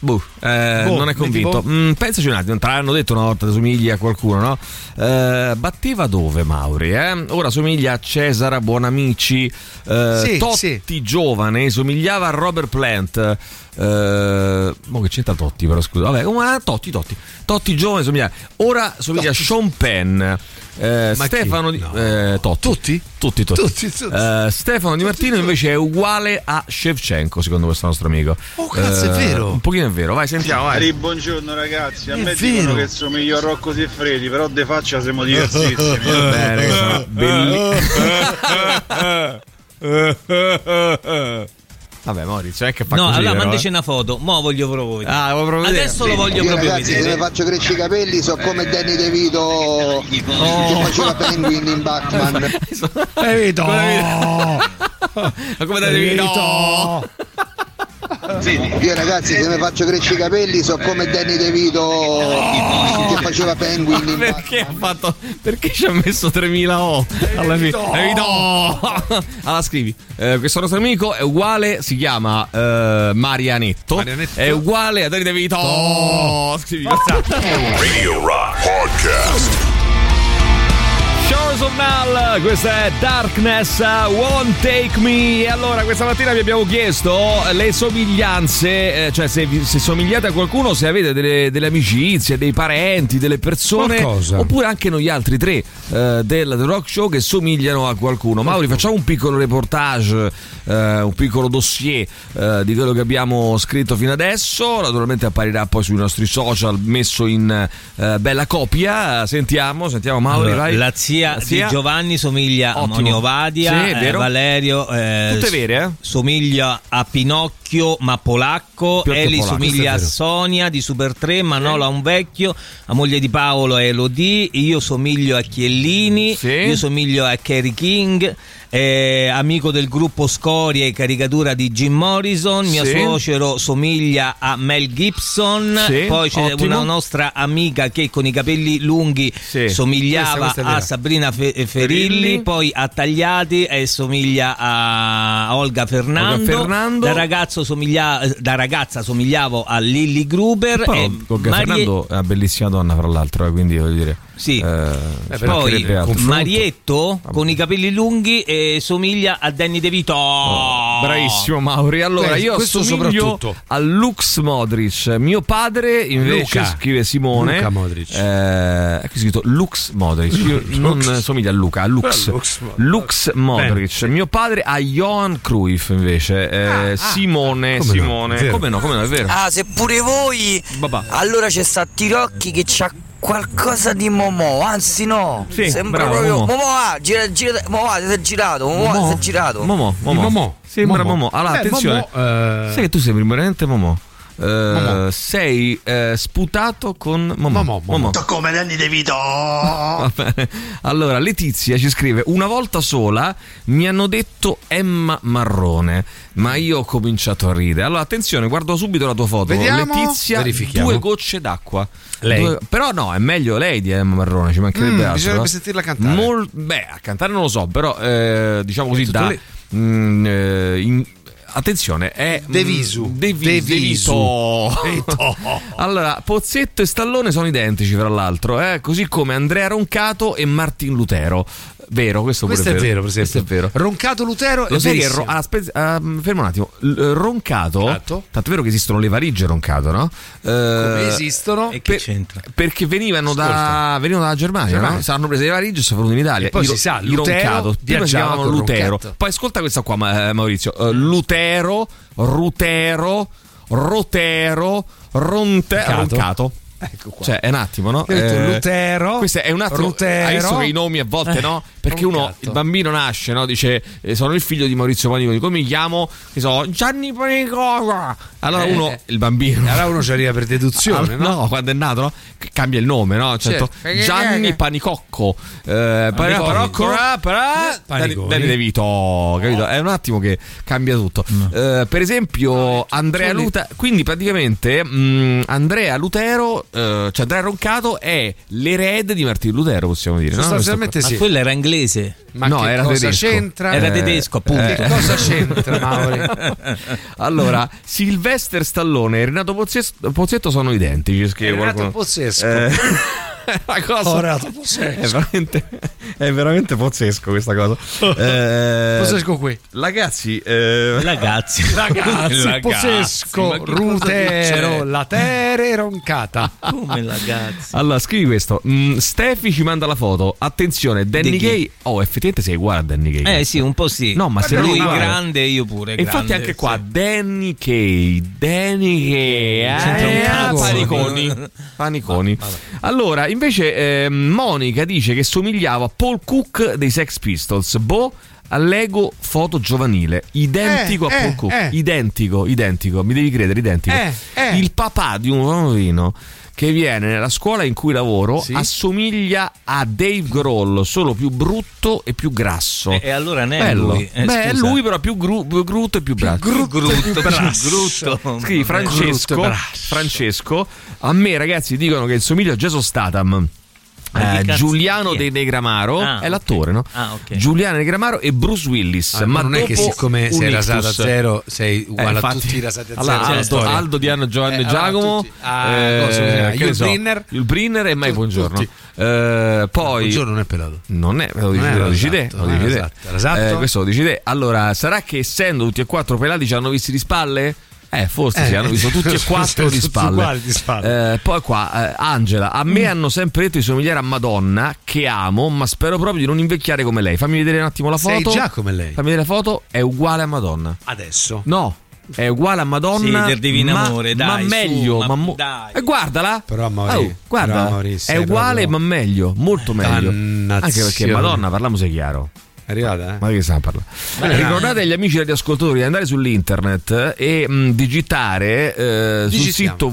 S1: Boh, eh,
S2: Boh,
S1: non è
S2: metti
S1: convinto.
S2: boh.
S1: Mm, pensaci un attimo, te l'hanno detto una volta, somigli a qualcuno, no? Eh, batteva dove Mauri? eh? Ora somiglia a Cesara Buonamici, eh,
S2: Sì,
S1: Totti
S2: sì.
S1: giovane, somigliava a Robert Plant. eh, mo che c'entra Totti però scusa vabbè ma Totti Totti Totti giovane somiglia ora somiglia a Sean Penn eh,
S2: Ma chi?
S1: Stefano Di eh, Totti
S2: Tutti?
S1: Tutti, tutti.
S2: Tutti, tutti.
S1: Eh, Stefano Di Martino invece è uguale a Shevchenko, secondo questo nostro amico.
S2: Oh, cazzo, è
S1: Eh,
S2: vero.
S1: Un pochino è vero, vai, sentiamo. Vai.
S11: buongiorno ragazzi, a
S2: È
S11: me
S2: vero.
S11: dicono che somiglio a Rocco Siffredi, però de faccia siamo diversissimi. eh. eh,
S1: Bene, che sono belli- Vabbè, Maurizio, è che fa
S3: No,
S1: così,
S3: allora
S1: però,
S3: mandaci
S1: eh.
S3: una foto. Mo' voglio proprio vedere.
S1: Ah, volevo proprio vedere.
S3: Adesso lo voglio
S11: Io
S3: proprio
S11: ragazzi se
S12: eh,
S3: vedere.
S11: mi faccio crescere i capelli so come Danny DeVito che faceva Penguin in Batman
S2: Evito!
S1: Ma come dai, no!
S11: io ragazzi se mi faccio crescere i capelli so come Danny DeVito che faceva Penguin in Batman
S1: Perché ha fatto? Perché ci ha messo 3000 O alla fine? Evitò! Allora scrivi, eh, questo nostro amico è uguale, si chiama eh, Marianetto.
S2: Marianetto.
S1: È uguale a Davide Vito. Scrivi, WhatsApp.
S13: Radio Rock Podcast.
S1: Shores of Null, questa è Darkness, uh, Won't Take Me. E allora, questa mattina vi abbiamo chiesto le somiglianze, eh, cioè se, vi- se somigliate a qualcuno, se avete delle, delle amicizie, dei parenti, delle persone,
S2: Qualcosa.
S1: oppure anche noi altri tre eh, del The Rock Show che somigliano a qualcuno. Mauri, facciamo un piccolo reportage, eh, un piccolo dossier eh, di quello che abbiamo scritto fino adesso. Naturalmente apparirà poi sui nostri social, messo in eh, bella copia. Sentiamo, sentiamo Mauri,
S3: Allora,
S1: vai.
S3: la zia, di Giovanni somiglia
S1: Ottimo.
S3: a Monio Vadia,
S1: Sì, è
S3: eh,
S1: vero.
S3: Valerio eh,
S1: Tutte vere, eh?
S3: somiglia a Pinocchio ma polacco,
S1: Pinocchio
S3: Eli
S1: polacco,
S3: somiglia a
S1: questo è vero.
S3: Sonia di Super 3, Manola a un vecchio, la moglie di Paolo è Elodie, io somiglio a Chiellini,
S1: Sì.
S3: io somiglio a Kerry King, eh, amico del gruppo Scorie, caricatura di Jim Morrison, mio
S1: Sì.
S3: suocero somiglia a Mel Gibson,
S1: Sì,
S3: poi c'è
S1: ottimo.
S3: una nostra amica che con i capelli lunghi
S1: Sì.
S3: somigliava
S2: Questa- questa è vera.
S3: a Sabrina Fe- eh, Ferilli,
S1: Ferilli.
S3: poi a Tagliati e somiglia a a Olga Fernando.
S1: Olga Fernando.
S3: Da, ragazzo somiglia- eh, da ragazza somigliavo a Lilly Gruber.
S1: Però
S2: eh,
S3: e
S1: Olga
S3: Marie-
S1: Fernando è una bellissima donna, fra l'altro, eh, quindi voglio dire.
S3: Sì.
S1: eh, ci
S3: Poi
S1: mancherebbe altro.
S3: Marietto con i capelli lunghi e somiglia a Danny DeVito.
S1: Oh, Bravissimo Mauri. Allora,
S2: Oh. Beh,
S1: io
S2: questo
S1: somiglio
S2: soprattutto.
S1: a Lux Modric. Mio padre invece
S2: Luca.
S1: scrive Simone.
S2: Luca Modric.
S1: Eh, è scritto Lux Modric. Io non somiglia a Luca, a Lux.
S2: Però Ah, Lux Modric.
S1: Lux
S2: Bene,
S1: Modric. Mio padre a Johan Cruyff invece. Eh, Simone,
S2: Ah, come no,
S1: Simone.
S2: vero.
S1: come no, come no, è vero.
S5: Ah, se pure voi.
S1: Babà.
S5: Allora c'è sta Tirocchi che c'ha qualcosa di Momo, anzi no,
S1: Sì,
S5: sembra
S1: bravo,
S5: proprio
S1: Momo.
S5: Momo, ah, gira, gira, Momo, ah, si è girato, Momo, ah, si è girato.
S1: Momo, Momo. Sembra Momo. eh, Allora, attenzione. Sai che tu sembri veramente Momo. Eh, Sei eh, sputato con Momo. Momo.
S11: come Danny De Vito.
S1: Va bene. Allora, Letizia ci scrive: Una volta sola mi hanno detto Emma Marrone, ma io ho cominciato a ridere. Allora, attenzione, guardo subito la tua foto.
S2: Vediamo.
S1: Letizia,
S2: Verifichiamo.
S1: due gocce d'acqua.
S2: Lei.
S1: Due- però no, è meglio lei di Emma Marrone, ci mancherebbe
S2: Mm,
S1: altro.
S2: bisognerebbe
S1: eh.
S2: sentirla cantare.
S1: Mol- beh, a cantare non lo so, però eh, diciamo così
S2: tutto
S1: da.
S2: lì.
S1: mm, eh, in- Attenzione, è mm,
S2: Devisu.
S1: Devi-
S2: Devisu.
S1: Devito.
S2: Vito.
S1: Allora, Pozzetto e Stallone sono identici, fra l'altro, eh? così come Andrea Roncato e Martin Lutero. Vero, questo,
S2: Questo
S1: pure
S2: è vero, per esempio.
S1: Questo è vero.
S2: Roncato Lutero
S1: Lo
S2: è
S1: sai che
S2: verissimo. Esatto.
S1: ro- ah, aspe- ah, fermo un attimo. L- roncato, tanto è vero che esistono le variglie Roncato, no? Eh,
S2: Come
S1: Come
S2: Ah, esistono e
S1: Ecco, per- Perché venivano, da, venivano dalla Germania,
S2: Germania.
S1: no? Saranno prese le variglie e sono venute in Italia.
S2: E poi
S1: I
S2: si
S1: ro-
S2: sa,
S1: i
S2: Lutero
S1: Roncato. Prima si
S2: viaggiava
S1: chiamavano
S2: con
S1: Lutero.
S2: Roncato.
S1: Poi ascolta questa qua, ma- eh, Maurizio. Eh, Lutero, Rutero, Rotero, Ronte-
S2: Roncato.
S1: Roncato. Cioè, è un attimo, no?
S2: Ecco
S1: Eh,
S2: Io ho detto Lutero,
S1: Questo è un attimo.
S2: Rutero.
S1: Hai visto che i nomi a volte,
S2: Eh,
S1: no? Perché uno, il bambino nasce, no? Dice, eh, sono il figlio di Maurizio Paniconi. Come mi chiamo? Che so, Gianni Paniconi. Allora
S2: Eh,
S1: uno,
S2: eh.
S1: il bambino.
S2: Allora uno ci arriva per deduzione,
S1: Ah,
S2: no? Cioè,
S1: quando è nato, no? C- Cambia il nome, no? Certo.
S2: Certo. Perché-
S1: Gianni Panicocco. Eh,
S2: Paniconi.
S1: Panicocco. Però- però- Dani
S2: Paniconi.
S1: Dani De Vito, capito? È un attimo che cambia tutto. Eh, per esempio, Andrea
S2: solo lì.
S1: Luta. Quindi praticamente mh, Andrea Lutero, eh, cioè Andrea Roncato, è l'erede di Martino Lutero, possiamo dire. no?
S3: Sostanzialmente
S1: Questo
S3: sì.
S1: qua.
S3: Ma quello era inglese.
S1: Ma no,
S3: che
S1: era
S3: cosa
S1: tedesco.
S3: c'entra?
S2: Eh.
S3: Era tedesco, appunto. Che cosa c'entra, Mauri?
S1: allora, Sylvester Stallone e Renato Pozzetto, Pozzetto sono identici. scrive
S2: Renato
S1: qualcuno.
S2: Pozzesco.
S1: Eh. la cosa
S2: Oh, Renato Pozzesco.
S1: È veramente, è veramente pazzesco questa cosa. Eh,
S2: Pozzesco qui.
S1: Ragazzi, eh,
S3: ragazzi,
S2: Ragazzi, Possesco, Rutero, Latere, Roncata.
S3: Come ragazzi?
S1: Allora, scrivi questo. Mm, Steffi ci manda la foto. Attenzione, Danny
S3: Di chi?
S1: Gay. Oh, effettivamente sei uguale a Danny Gay.
S3: Eh sì, un po' sì.
S1: No, ma se
S3: lui
S1: uguale.
S3: grande, io pure.
S1: E infatti
S3: grande,
S1: anche qua Danny Kay, Danny Kay,
S3: C'entra un
S1: eh,
S3: cazzo.
S1: paniconi, paniconi. Allora, invece eh, Monica dice che somigliava a Paul Cook dei Sex Pistols, boh, all'ego foto giovanile, identico
S2: Eh,
S1: a Paul
S2: eh,
S1: Cook,
S2: eh.
S1: identico, identico, mi devi credere, identico.
S2: Eh, eh.
S1: Il papà di un bambino che viene nella scuola in cui lavoro assomiglia a Dave Grohl, solo più brutto e più grasso.
S3: Eh, E- e allora ne è
S1: Bello.
S3: lui, eh,
S1: Beh, è
S3: scusa.
S1: lui però più, gru- più grutto e più brutto. Cioè,
S3: grutto, più grutto.
S1: Scrivi
S3: Grutto
S1: Francesco,
S3: e brasso.
S1: Francesco, a me ragazzi dicono che somiglio a Jason Statham.
S3: Ma
S1: Eh,
S3: che cazzo
S1: Giuliano
S3: è?
S1: De Negramaro
S3: Ah,
S1: è l'attore, no?
S3: Ah, ok.
S1: Giuliano De Negramaro e Bruce Willis.
S2: Ah,
S1: ma
S2: non è che
S1: dopo
S2: siccome sei
S1: un
S2: rasato a
S1: ictus.
S2: zero,
S14: Eh,
S2: sei uguale a
S1: infatti.
S2: tutti i rasati a
S1: Allora,
S2: zero cioè, della
S1: Aldo,
S2: storia.
S1: Aldo, Diana, Giovanni
S2: Eh,
S1: e
S2: allora,
S1: Giacomo. eh,
S2: tutti. Ah, cosa si chiama?
S1: che
S2: Yul
S1: ne so,
S2: Brynner.
S1: Yul Brynner e mai buongiorno. Eh, poi
S2: Buongiorno non è pelato.
S1: non è, lo dici,
S2: Esatto. Non è
S1: lo dici te,
S2: rasato,
S1: lo
S2: non è esatto,
S1: dici te.
S2: rasato, rasato.
S1: Eh, questo lo dici te. Allora, sarà che essendo tutti e quattro pelati ci hanno visti di spalle? Eh, forse
S2: Eh,
S1: si hanno visto tutti e
S2: sono
S1: quattro di
S2: tutti
S1: spalle.
S2: uguali di spalle. Mm.
S1: Eh, poi qua, eh, Angela, a me hanno sempre detto di somigliare a Madonna, che amo, ma spero proprio di non invecchiare come lei. Fammi vedere un attimo la
S2: Sei
S1: foto.
S2: già come lei.
S1: Fammi vedere la foto, è uguale a Madonna.
S2: Adesso.
S1: No, è uguale a Madonna.
S3: Sì, del Divino
S1: ma,
S3: Amore,
S1: ma
S3: dai, su,
S1: meglio.
S3: ma
S1: ma mo-
S3: dai.
S1: Eh, guardala.
S2: Però Mauri,
S1: Oh, guarda,
S2: però Mauri,
S1: è
S2: sei
S1: uguale ma meglio, molto meglio. Anche perché
S2: Dannazione.
S1: Madonna, parliamoci chiaro.
S2: È arrivata, eh?
S1: Ma di che stiamo parlando?
S2: Ma-
S1: Eh, Ricordate agli amici radioascoltatori di andare sull'internet eh, e mh, digitare eh, sul
S2: Digitiamo.
S1: sito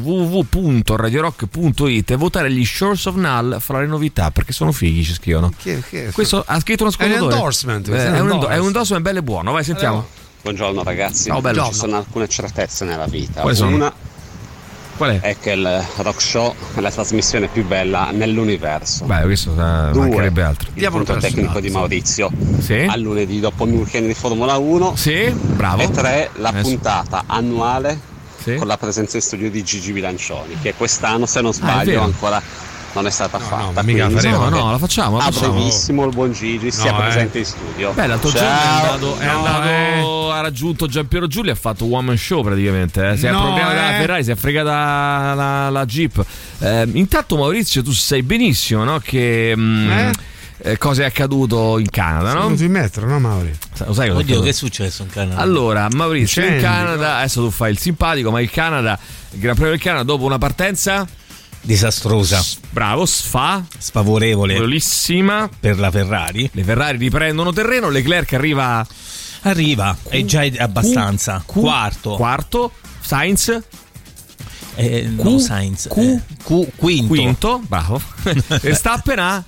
S1: www.radiorock.it e votare gli Shores of Null fra le novità perché sono fighi, ci scrivono.
S2: Che- che-
S1: Questo ha scritto uno
S2: È un
S1: ascoltatore.
S2: endorsement.
S1: Eh,
S2: questo
S1: è, un endo- è
S2: endorsement.
S1: un endorsement bello e buono. Vai, sentiamo.
S14: Buongiorno ragazzi,
S1: Ciao, bello.
S14: ci sono alcune certezze nella vita.
S1: Quali sono?
S14: Una
S1: Qual è?
S14: che il rock show è la trasmissione più bella nell'universo.
S1: Beh, questo eh,
S14: Due,
S1: mancherebbe altro.
S14: il punto tecnico di Maurizio a lunedì dopo un weekend di Formula 1
S1: bravo.
S14: e tre la
S1: Adesso.
S14: puntata annuale con la presenza in studio di Gigi Bilancioni che quest'anno se non sbaglio
S1: Ah, vero.
S14: ancora non è stata fatta
S1: mica la
S14: quindi
S1: faremo.
S14: spero
S1: No, no,
S14: che
S1: la facciamo, la
S14: a
S1: facciamo.
S14: brevissimo il buon Gigi sia
S1: No, eh.
S14: presente in studio
S1: Beh, l'altro giorno è
S14: Ciao. eh.
S1: andato, è andato- ha raggiunto Giampiero Giulio e ha fatto un woman show praticamente. eh. Si è
S2: No,
S1: appropriata la
S2: eh.
S1: Ferrari, si è fregata la, la Jeep. Eh, intanto, Maurizio, tu sai benissimo no, che. mm,
S2: Eh?
S1: eh, cosa è accaduto in Canada,
S2: Sono
S1: no?
S2: venuto in metro, no, Mauri?
S1: Sa- Lo sai cosa è
S3: Oddio,
S1: accaduto?
S3: che è successo in Canada?
S1: Allora, Maurizio, in
S3: Incendi,
S1: Canada, adesso tu fai il simpatico, ma il Canada, il Gran Premio del Canada, dopo una partenza
S3: disastrosa.
S1: Bravo, sfa.
S3: Sfavorevole.
S1: Volissima.
S3: Per la Ferrari.
S1: Le Ferrari riprendono terreno, Leclerc arriva...
S3: Arriva, è già abbastanza.
S1: Q-
S3: quarto.
S1: Quarto. Sainz.
S3: Eh, no, Sainz. eh.
S1: Q,
S3: Q- quinto.
S1: Quinto, bravo. Verstappen ha...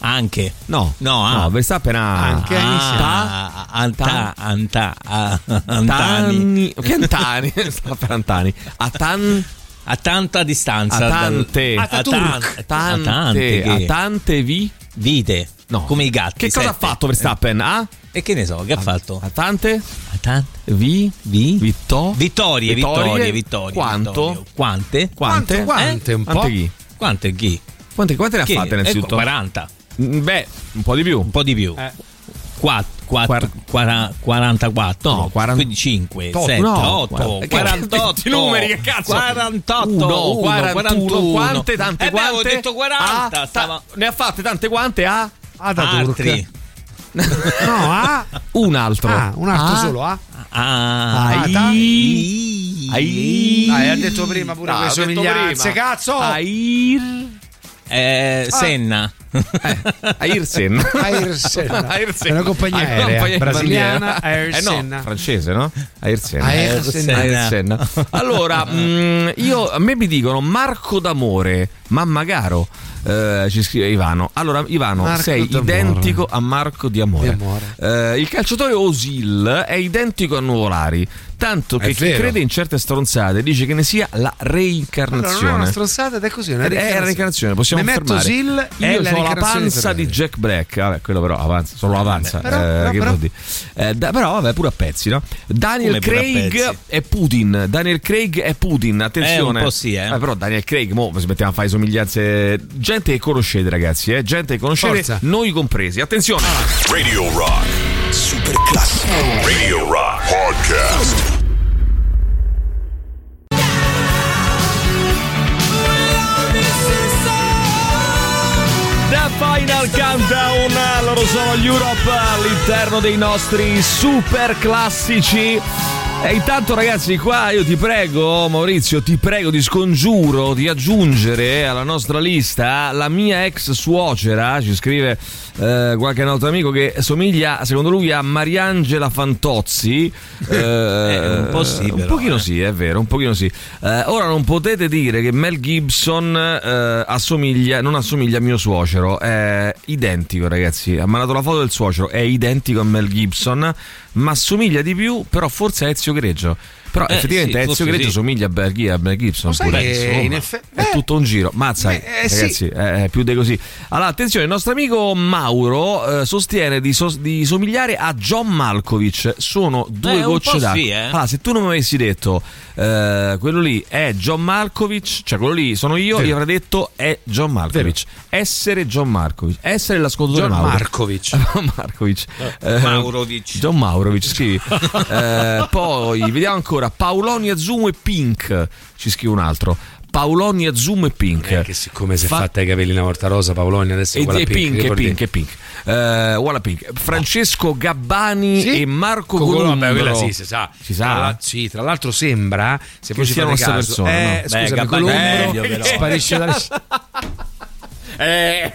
S3: Anche.
S1: No.
S3: No, ah.
S1: No, Verstappen ha...
S3: Anche.
S1: Ah,
S3: Anta, anta, a- antani.
S1: Tani. Che Antani? Sta per Antani. A tan...
S3: A tanta distanza.
S1: A
S3: dal-
S1: tante.
S3: A
S1: Ataturk.
S3: tan-
S1: Tante.
S3: a tante.
S1: A
S3: che-
S1: tante vi...
S3: Vite.
S1: No.
S3: Come i gatti.
S1: Che cosa ha
S3: sette.
S1: fatto Verstappen? Ah?
S3: E che ne so, che ha fatto?
S1: A tante?
S3: A tante.
S1: Vi? Vi? Vitto?
S3: Vittorie, vittorie, vittorie.
S1: Quanto?
S3: vittorie. Quante?
S1: Quante? Quante, Ah,
S3: Eh?
S1: un po'?
S3: Quante chi? Quante chi?
S1: Quante, quante ne ha
S3: Chi?
S1: fatte innanzitutto?
S3: Ecco, 40.
S1: Mm, Beh, un po' di più.
S3: Un po' di più.
S1: Eh.
S3: Quat- quat-
S1: Quar-
S3: quara- 44
S1: No, 40
S3: quindi 5
S1: Tot-
S3: 7
S1: no,
S3: 8
S1: guarda- Che
S3: 48
S1: numeri, che cazzo?
S3: 48
S1: Uno,
S3: 1,
S1: 41,
S3: 41
S1: quante, tante,
S3: eh beh, avevo
S1: quante?
S3: detto 40
S1: Ah,
S3: stava
S1: Ne ha fatte tante quante a...
S3: altri
S2: No, ah,
S1: Un altro.
S2: ah, un altro
S1: Ah.
S2: solo, ah.
S3: ah,
S2: Ai.
S1: Ai.
S2: Dai, ha detto prima pure
S1: Ah,
S2: quelle
S1: ho detto
S2: somiglianze,
S1: prima.
S2: cazzo!
S1: Air...
S3: eh,
S2: Ah.
S3: Senna
S1: Airsen.
S2: Airsen.
S1: Airsen.
S2: È una compagnia
S1: Ah,
S2: aerea
S1: compagnia
S2: brasiliana,
S1: di bandiera.
S2: Airsen.
S1: Eh no, francese, no? Airsen.
S2: Airsen.
S1: Airsen. Allora, mm, io, a me mi dicono Marco d'Amore, Mammagaro. eh, ci scrive Ivano. Allora, Ivano,
S2: Marco
S1: sei
S2: d'Amore.
S1: identico a Marco di Amore.
S2: Di Amore.
S1: Eh, il calciatore Osil è identico a Nuvolari. Tanto
S2: È
S1: che chi
S2: vero.
S1: crede in certe stronzate dice che ne sia la
S2: Allora, non è una
S1: reincarnazione.
S2: stronzata ed è così, è una
S1: Ed è la reincarnazione, possiamo
S2: Mi metto
S1: affermare.
S2: Sil e
S1: Io
S2: la
S1: ho la
S2: reincarnazione
S1: panza
S2: Ferrari.
S1: di Jack Black. Vabbè, quello però avanza, solo avanza.
S2: Però-
S1: eh,
S2: però-
S1: che
S2: però-
S1: vuol dire? Eh, da- però vabbè, pure a pezzi, no? Daniel
S3: Come pure a
S1: Craig
S3: pezzi?
S1: è Putin. Daniel Craig è Putin, attenzione.
S3: Eh, un po' sì, eh.
S1: però Daniel Craig, mo si mettiamo a fare somiglianze. Gente che conoscete, ragazzi, eh? Gente che conoscete,
S2: Forza. Ah.
S1: noi compresi. Attenzione!
S13: Radio Rock. Super classico. Radio Rock Podcast.
S1: The Final Countdown, loro sono gli Europe all'interno dei nostri super classici. E intanto ragazzi qua io ti prego Maurizio, ti prego, ti scongiuro di aggiungere alla nostra lista la mia ex suocera, ci scrive eh, qualche altro amico che somiglia secondo lui a Mariangela Fantozzi. Eh,
S3: un po' sì,
S1: Un
S3: però,
S1: pochino
S3: eh.
S1: sì, è vero, un pochino sì. Eh, ora non potete dire che Mel Gibson eh, assomiglia, non assomiglia a mio suocero, è identico ragazzi, ha mandato la foto del suocero, è identico a Mel Gibson, ma assomiglia di più però forse a Ezio Greggio. Però
S3: Eh,
S1: effettivamente
S3: sì,
S1: Ezio
S3: forse
S1: Greggio
S3: sì.
S1: somiglia a Mel, Gi- a Mel Gibson.
S2: Lo sai
S1: pure,
S2: che
S1: insomma.
S2: in effe- eh,
S1: È tutto un giro, mazza,
S2: Beh, eh, sì.
S1: ragazzi, eh, eh, più di così. Allora, attenzione, il nostro amico Mauro eh, sostiene di, sos- di somigliare a John Malkovich. Sono due
S3: Eh, un
S1: gocce
S3: po'
S1: d'acqua.
S3: sì, eh.
S1: Allora, se tu non mi avessi detto eh, quello lì è John Malkovich, cioè quello lì sono io,
S2: Vero.
S1: io avrei detto è John Malkovich. Essere John Malkovich, essere l'ascoltatore
S2: John
S1: Mauro.
S2: Markovic.
S1: Markovic. Eh,
S3: Maurovic.
S1: John Maurovic, scrivi. Eh, poi vediamo ancora Paolonia Zoom e Pink. Ci scrive un altro. Paolonia Zoom e Pink.
S15: Eh, che siccome si è
S1: Fa-
S15: fatta i capelli una volta rosa, Paoloni adesso è
S1: e,
S15: quella
S1: e
S15: pink,
S1: Pink, e
S15: ricordi?
S1: Pink, e Pink. Eh, uguale a Pink. Francesco Gabbani
S2: Sì.
S1: e Marco
S15: Con quello- vabbè,
S1: Columbro.
S15: quella sì, si sa. Eh,
S1: Si
S15: Tra
S1: sa.
S15: l'al- sì, tra l'altro sembra se
S1: Che
S15: voi ci
S1: siano
S15: fate
S1: la
S15: caso,
S1: stessa persona,
S15: eh,
S1: no?
S15: scusami,
S3: Beh, Gabbani
S15: Columbro
S3: è meglio, però.
S15: sparisce dalla
S1: Eh,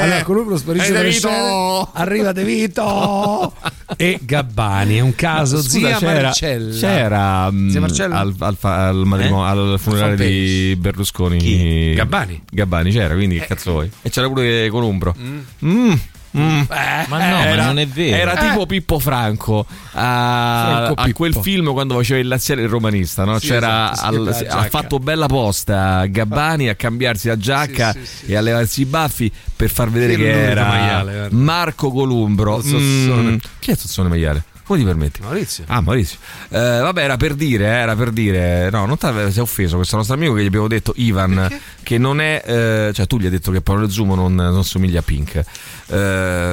S15: allora Columbro sparisce
S1: Eh,
S15: dalle
S1: Vito!
S15: scene, arriva De Vito e Gabbani è un caso
S2: Scusa,
S15: zia
S2: c'era-
S15: Marcella
S1: C'era mm,
S15: Zia Marcella? Eh?
S1: al, al fa- al matrimonio- al funerale di Berlusconi
S15: Chi? Gabbani? Eh.
S1: Gabbani c'era, quindi che cazzo vuoi? E c'era pure Columbro. Mm, mm.
S3: ma no ma
S1: Era-
S3: non è vero
S1: Era tipo Pippo Franco a,
S15: Eh. Franco
S1: a quel
S15: Pippo.
S1: film quando faceva il laziale e il romanista. no?
S15: Sì,
S1: C'era
S15: esatto, sì,
S1: al-
S15: la
S1: si- ha
S15: giacca.
S1: fatto bella posta Gabbani a cambiarsi la giacca
S15: Sì, sì, sì,
S1: e a levarsi i baffi per far vedere
S15: Sì,
S1: che
S15: non lo vedo
S1: era
S15: maiale, guarda.
S1: Marco Columbro.
S15: Lo zozzone.
S1: Mm, chi è Sozzone Maiale? Come ti permetti?
S15: Maurizio
S1: Ah, Maurizio. Eh, vabbè, era per dire, eh, era per dire. No, non ti sei offeso questo nostro amico che gli abbiamo detto, Ivan, che non è. eh, cioè, tu gli hai detto che Paolo Zumo non, non somiglia a Pink. Eh,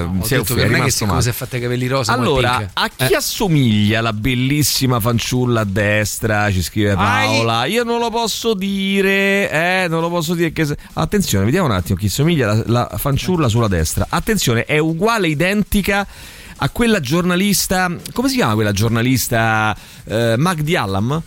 S15: ho
S1: si è
S15: detto
S1: offeso,
S15: che non è che
S1: è rimasto
S15: siccome
S1: male.
S15: si è fatta i capelli rosa come
S1: Allora,
S15: pink.
S1: a chi assomiglia la bellissima fanciulla a destra? Ci scrive Paola. Io non lo posso dire, eh, non lo posso dire. Che se- Attenzione, vediamo un attimo chi somiglia la, la fanciulla sulla destra. Attenzione, è uguale, identica a quella giornalista. Come si chiama quella giornalista? Eh, Magdi Allam?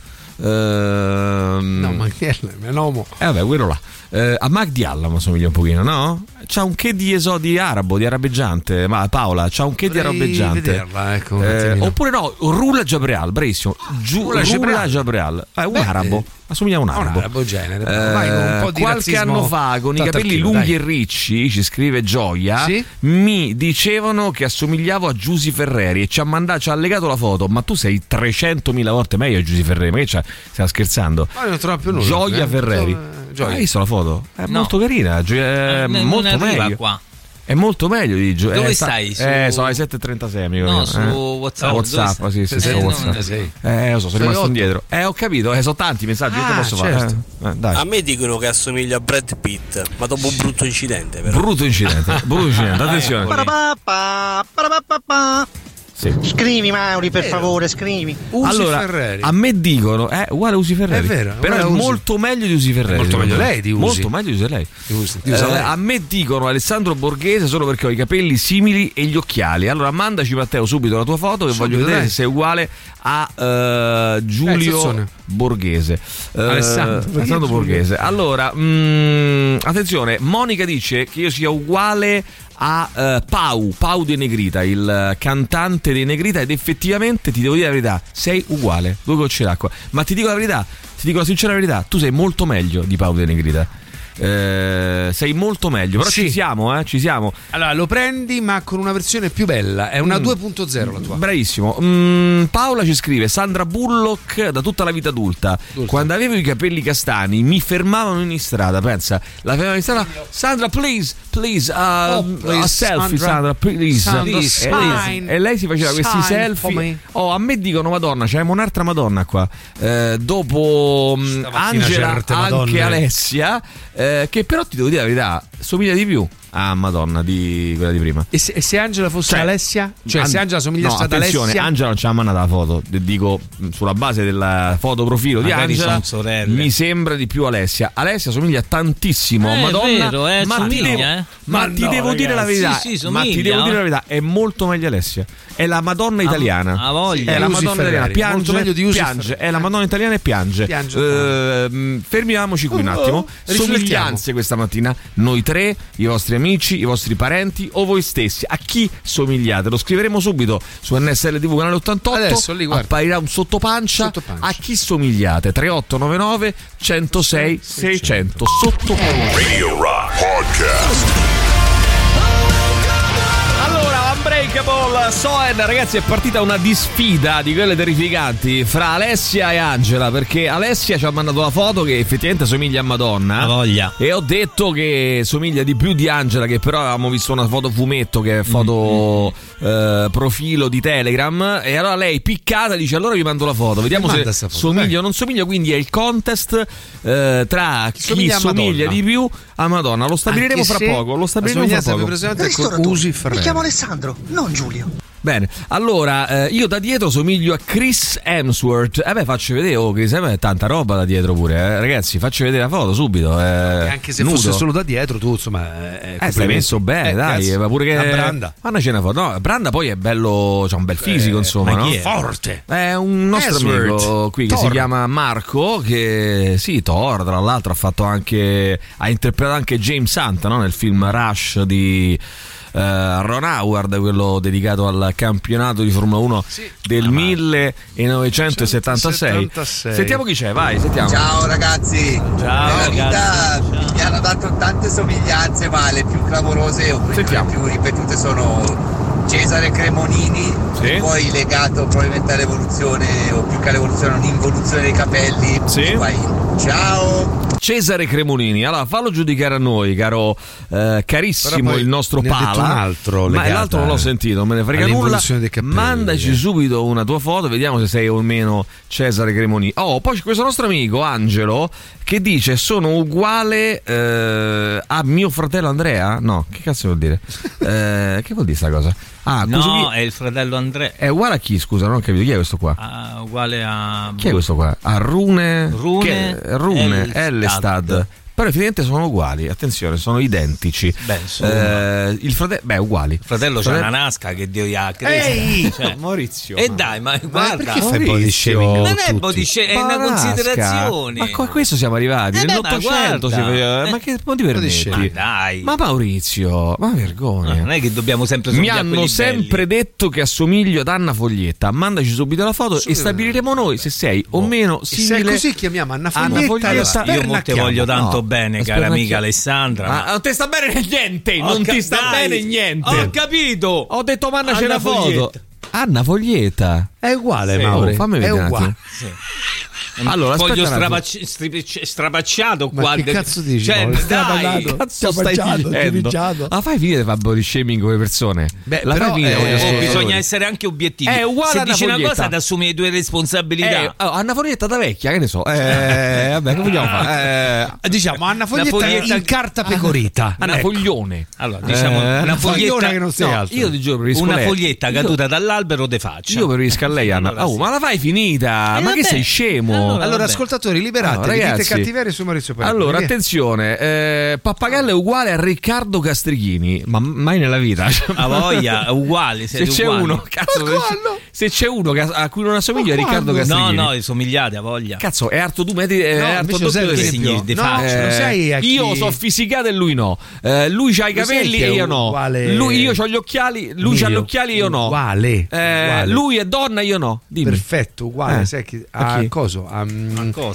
S1: ehm,
S15: No, ma che è il menomo?
S1: eh, vabbè, quello là. Eh, a Mac di Allamo somiglia un pochino, no? C'ha un che di eso di arabo, di arabeggiante. Ma Paola, c'ha un che di
S15: Vorrei
S1: arabeggiante.
S15: vederla, ecco, un
S1: Eh,
S15: attimino.
S1: oppure no, Rula Jabreal, bravissimo. Giù,
S15: Rula
S1: Rula
S15: Jabreal.
S1: Jabreal. È un
S15: Beh, eh,
S1: arabo. Assomiglia a un arabo.
S15: un arabo genere.
S1: Eh,
S15: Vai con un po' di
S1: qualche
S15: razzismo
S1: anno fa, con i
S15: tanto al
S1: capelli
S15: chilo,
S1: lunghi
S15: dai.
S1: e ricci, ci scrive Gioia, mi dicevano che assomigliavo a Giusy Ferreri e ci ha, mandato, ci ha allegato la foto. Ma tu sei 300.000 volte meglio a Giusy Ferreri. Ma che c'ha- stiamo scherzando?
S15: Ma io non trovo più nulla.
S1: Gioia
S15: eh.
S1: Ferreri. Ah,
S15: Eh, Gioia.
S1: Hai visto la foto? È
S15: No.
S1: molto carina. eh, Gio- è
S3: Eh, non
S1: molto
S3: arriva
S1: meglio.
S3: qua.
S1: È molto meglio di Gio-
S3: Dove
S1: eh, sta-
S3: stai? Su-
S1: Eh, sono ai 7.36, amico.
S3: No,
S1: mio,
S3: su
S1: eh.
S3: WhatsApp,
S1: WhatsApp,
S3: dove
S1: sì,
S3: stai?
S1: sì, sì,
S3: Eh,
S1: su
S3: no,
S1: WhatsApp.
S3: non sei.
S1: Eh, lo so, sono
S3: Sei
S1: rimasto
S3: otto.
S1: indietro. Eh, ho capito, eh, sono tanti messaggi, che te
S16: Ah,
S1: posso
S16: certo.
S1: fare? Eh, eh,
S3: Ah,
S1: dai.
S16: A me dicono che assomiglia a Brad Pitt, ma dopo un brutto incidente. Però.
S1: Brutto incidente, brutto incidente, attenzione. Sì.
S17: Scrivi Mauri
S15: Eh,
S17: per favore, scrivi.
S1: allora, a me dicono, eh, uguale a Usi Ferreri.
S17: È vero,
S1: però
S17: uguale
S1: è
S17: a Usi.
S1: molto meglio di Usi Ferreri.
S15: È molto
S1: secondo
S15: meglio
S1: me.
S15: lei di Usi.
S1: Molto meglio di Usi lei.
S15: di Usi
S1: Eh,
S15: lei.
S1: a me dicono Alessandro Borghese solo perché ho i capelli simili e gli occhiali. Allora mandaci Matteo subito la tua foto che
S15: Subito,
S1: voglio vedere
S15: dai.
S1: se sei uguale a eh, Giulio
S15: Zozzone.
S1: Borghese. Eh,
S15: Alessandro, perché
S1: Alessandro
S15: Giulio?
S1: Borghese. Allora, mm, attenzione, Monica dice che io sia uguale a eh, Pau, Pau De Negrita, il eh, cantante dei Negrita ed effettivamente ti devo dire la verità, sei uguale, due gocce d'acqua, ma ti dico la verità, ti dico la sincera verità, tu sei molto meglio di Pau De Negrita. Eh, sei molto meglio, però
S15: Sì.
S1: ci siamo, eh, ci siamo.
S15: Allora, lo prendi, ma con una versione più bella. È una 2.0 la tua.
S1: Bravissimo. Mm, Paola ci scrive: Sandra Bullock da tutta la vita adulta. Quando avevo i capelli castani mi fermavano in strada. Pensa, la fermavano in strada. Sandra, please, please, uh,
S15: Oh, please,
S1: a selfie,
S15: Sandra.
S1: Sandra, please.
S15: Sandra,
S1: Please,
S15: sign.
S1: e, e lei si faceva questi
S15: Sign for
S1: selfie.
S15: me.
S1: Oh, a me dicono Madonna, c'è un'altra Madonna qua. Eh, dopo mm,
S15: Stamattina
S1: Angela,
S15: certe
S1: anche
S15: Madonne.
S1: Alessia, eh, che però ti devo dire la verità, somiglia di più a Madonna di quella di prima.
S15: E se, e se Angela fosse Alessia? Cioè, se
S1: An-
S15: Angela somigliasse
S1: no,
S15: ad
S1: attenzione,
S15: Alessia.
S1: Angela non ci ha mandato la foto. D- Dico mh, sulla base del fotoprofilo di
S3: Magari
S1: Angela.
S3: son sorelle.
S1: Mi sembra di più Alessia. Alessia somiglia tantissimo a
S3: Eh, è
S1: Madonna.
S3: vero, eh,
S1: ma ti
S3: somiglia,
S1: devo,
S3: eh.
S1: ma
S3: Ma
S1: ti
S3: no,
S1: devo dire la
S3: ragazzi.
S1: verità.
S3: Sì, sì,
S1: ma ti
S3: somiglia. eh.
S1: devo dire la verità, è molto meglio Alessia. È la Madonna italiana.
S3: ha voglia.
S1: È la
S3: Usi
S1: Madonna
S3: Ferrari,
S1: italiana. Piange,
S3: molto meglio di Usi
S1: piange.
S3: Ferrari.
S1: È la Madonna italiana e piange.
S3: Piange.
S1: Eh, mh, fermiamoci qui un
S3: Oh, oh,
S1: attimo.
S3: riflettiamo.
S1: Somiglianze ragazzi, questa mattina noi tre, i vostri amici, i vostri parenti o voi stessi. A chi somigliate? Lo scriveremo subito su NSL TV canale 88.
S15: Adesso, lì, guarda.
S1: apparirà un sottopancia. A chi somigliate? 3899 106 600. Sottopancia.
S13: Radio Rock Podcast.
S1: Allora, Unbreakable Soen, ragazzi, è partita una disfida di quelle terrificanti fra Alessia e Angela, perché Alessia ci ha mandato la foto che effettivamente somiglia a Madonna. voglia. E ho detto che somiglia di più di Angela, che però avevamo visto una foto fumetto che è foto
S15: Mm-hmm.
S1: eh, profilo di Telegram. E allora lei piccata dice allora vi mando la foto, vediamo se
S15: manda sta foto,
S1: somiglio o non somiglio, quindi è il contest eh, tra chi
S15: somiglia
S1: somiglia,
S15: a Madonna.
S1: di più a Madonna. Lo stabiliremo
S15: Anche
S1: fra
S15: se
S1: poco, lo
S15: la
S1: stabiliremo fra
S15: somiglianza più
S1: poco.
S15: presente è con Usi Ferreri.
S17: Mi chiamo Alessandro, non Giulio.
S1: Bene, allora eh, io da dietro somiglio a Chris Hemsworth. Eh beh, faccio vedere, oh, Chris Hemsworth è tanta roba da dietro pure, eh. ragazzi. Faccio vedere la foto subito. eh.
S15: Anche se
S1: Nudo.
S15: fosse solo da dietro, tu insomma. Eh,
S1: Eh, stai messo bene, dai, ma pure che.
S15: La branda. Eh,
S1: Fanno una foto. No, Branda poi è bello, c'ha un bel fisico, insomma.
S15: ma chi
S1: no?
S15: è? Forte.
S1: È un nostro
S15: Hemsworth.
S1: amico qui che
S15: Thor.
S1: si chiama Marco. Che sì, Thor, tra l'altro, ha fatto anche. ha interpretato anche James Hunt no? nel film Rush di. eh, Ron Howard, quello dedicato al campionato di Formula 1 del 1976.
S15: 76.
S1: Sentiamo chi c'è, vai, sentiamo.
S18: Ciao ragazzi. Nella vita mi hanno dato tante somiglianze, ma le più clamorose o quelle più ripetute sono Cesare Cremonini,
S1: Sì.
S18: e poi legato probabilmente all'evoluzione, o più che all'evoluzione, un'involuzione dei capelli.
S1: Sì.
S18: Poi, ciao.
S1: Cesare Cremonini, allora fallo giudicare a noi, caro eh, carissimo
S15: Però poi
S1: il nostro
S15: ne ha
S1: Pala.
S15: detto un altro
S1: ma
S15: legata
S1: l'altro non l'ho sentito, non me ne frega nulla.
S15: all'evoluzione dei capelli,
S1: Mandaci
S15: eh.
S1: subito una tua foto, vediamo se sei o meno Cesare Cremonini. Oh, poi c'è questo nostro amico Angelo che dice sono uguale eh, a mio fratello Andrea? No, che cazzo vuol dire? Eh, che vuol dire sta cosa? Ah,
S3: No,
S1: Kusugi-
S3: è il fratello Andrea.
S1: è uguale a chi, scusa, non ho capito chi è questo qua?
S3: Ah, uguale a
S1: Chi è questo qua? A Ah, Rune,
S3: Rune
S1: che- Rune
S3: Elstad.
S1: Elstad. però effettivamente sono uguali, attenzione, sono identici.
S3: Beh, insomma.
S1: Eh, il fratello, beh, uguali. Il
S3: fratello c'ha una nasca che Dio gli ha creato.
S15: Ehi!
S3: Maurizio. E dai, ma guarda.
S15: perché fai body shaming a
S3: Non è
S15: tutti?
S3: body shaming, è una
S1: Parasca.
S3: considerazione.
S1: Ma qua- a questo siamo arrivati.
S3: Eh beh, ma
S1: Nell'Ottocento si
S3: guarda.
S1: faceva.
S3: Eh.
S1: Ma che non ti permetti?
S3: Ma dai. Ah,
S1: Ma Maurizio, ma vergogna.
S3: Non è che dobbiamo sempre
S1: Mi
S3: somigliare a
S1: hanno
S3: quelli belli.
S1: sempre detto che assomiglio ad Anna Foglietta. Mandaci subito la foto e stabiliremo noi se sei
S3: Boh.
S1: o meno
S15: E se è
S1: simile.
S15: così chiamiamo Anna
S1: Anna
S15: Foglietta,
S1: Foglietta,
S15: la
S1: io
S3: Io mo te
S15: spernacchiamo.
S3: voglio tanto
S1: No,
S3: bene,
S1: la
S3: cara
S1: spernacchia-
S3: amica Alessandra.
S1: Ma non ti sta bene niente, non ti sta bene niente.
S3: Ho capito. Ho
S1: detto mandaci la foto. Anna Foglietta.
S15: È uguale,
S1: Sì.
S15: Mauro.
S1: Oh, fammi vedere
S15: È
S1: un
S15: uguale.
S1: attimo. Allora,
S3: voglio
S1: aspetta un attimo.
S3: strapacci- stripacci- strapacciato
S15: Ma
S3: qua.
S15: che
S3: del-
S15: cazzo dici,
S3: Cioè,
S15: Mauro? Stai
S3: dai.
S15: parlando?
S1: Cazzo stai
S15: Stabacciato,
S1: dicendo?
S15: stivicciato.
S1: Ma fai finire di fare body shaming con le persone. la fai finire con gli
S3: eh, oh,
S1: ascoltatori.
S3: bisogna essere anche obiettivi.
S1: È uguale
S3: Se
S1: alla
S3: dici una
S1: Foglietta.
S3: cosa, ti assumi le tue responsabilità.
S1: Eh, oh, Anna Foglietta da vecchia, che ne so.
S2: Ecco.
S1: Eh, vabbè, che vogliamo fare? Eh,
S15: Diciamo Anna Foglietta,
S3: foglietta-
S15: in carta pecorita.
S1: Ah, Anna
S15: Ecco.
S1: Foglione.
S3: Allora, diciamo,
S1: Eh,
S3: una foglietta
S15: fogliona che non sei
S3: no,
S15: altro.
S3: Io ti giuro, preferisco
S1: Una
S3: lei.
S1: foglietta caduta
S3: Io- dall'albero de faccia.
S1: Io preferisco a lei, Anna.
S3: Allora
S1: oh,
S3: sì.
S1: ma la fai finita?
S3: Eh,
S1: ma
S3: vabbè.
S1: che sei scemo?
S3: Allora,
S15: Allora, ascoltatori, liberatevi,
S1: Allora,
S15: dite
S1: ragazzi.
S15: cattiverie su Maurizio Pagliari.
S1: Allora,
S15: Via.
S1: attenzione, eh, Pappagallo è uguale a Riccardo Castrichini, ma mai nella vita.
S3: A voglia, è uguale.
S1: Se
S3: siete
S1: c'è
S3: uguali.
S1: uno, cazzo, se c'è- se c'è uno che- a cui non assomiglia è Riccardo Castrichini.
S3: No, no, somigliate a voglia.
S1: Cazzo, è Arto Dumeti è
S3: No,
S1: Arto
S3: invece lo
S1: doppio
S3: sai
S1: di
S3: che
S1: esempio.
S3: signi di faccia.
S1: eh,
S3: Lo sai a chi-
S1: Io so fisicato e lui no. Eh, lui ha i
S15: Lo sai
S1: capelli
S15: chi è
S1: e io no.
S15: uguale-
S1: Lui, io ho gli occhiali, lui ha gli
S15: Mio.
S1: occhiali e io no.
S15: Uguale,
S1: Eh,
S15: uguale.
S1: Lui è donna e io no. Dimmi.
S15: Perfetto, uguale.
S1: Eh.
S15: sai chi-
S1: A
S15: a
S1: chi?
S15: coso, a, mm,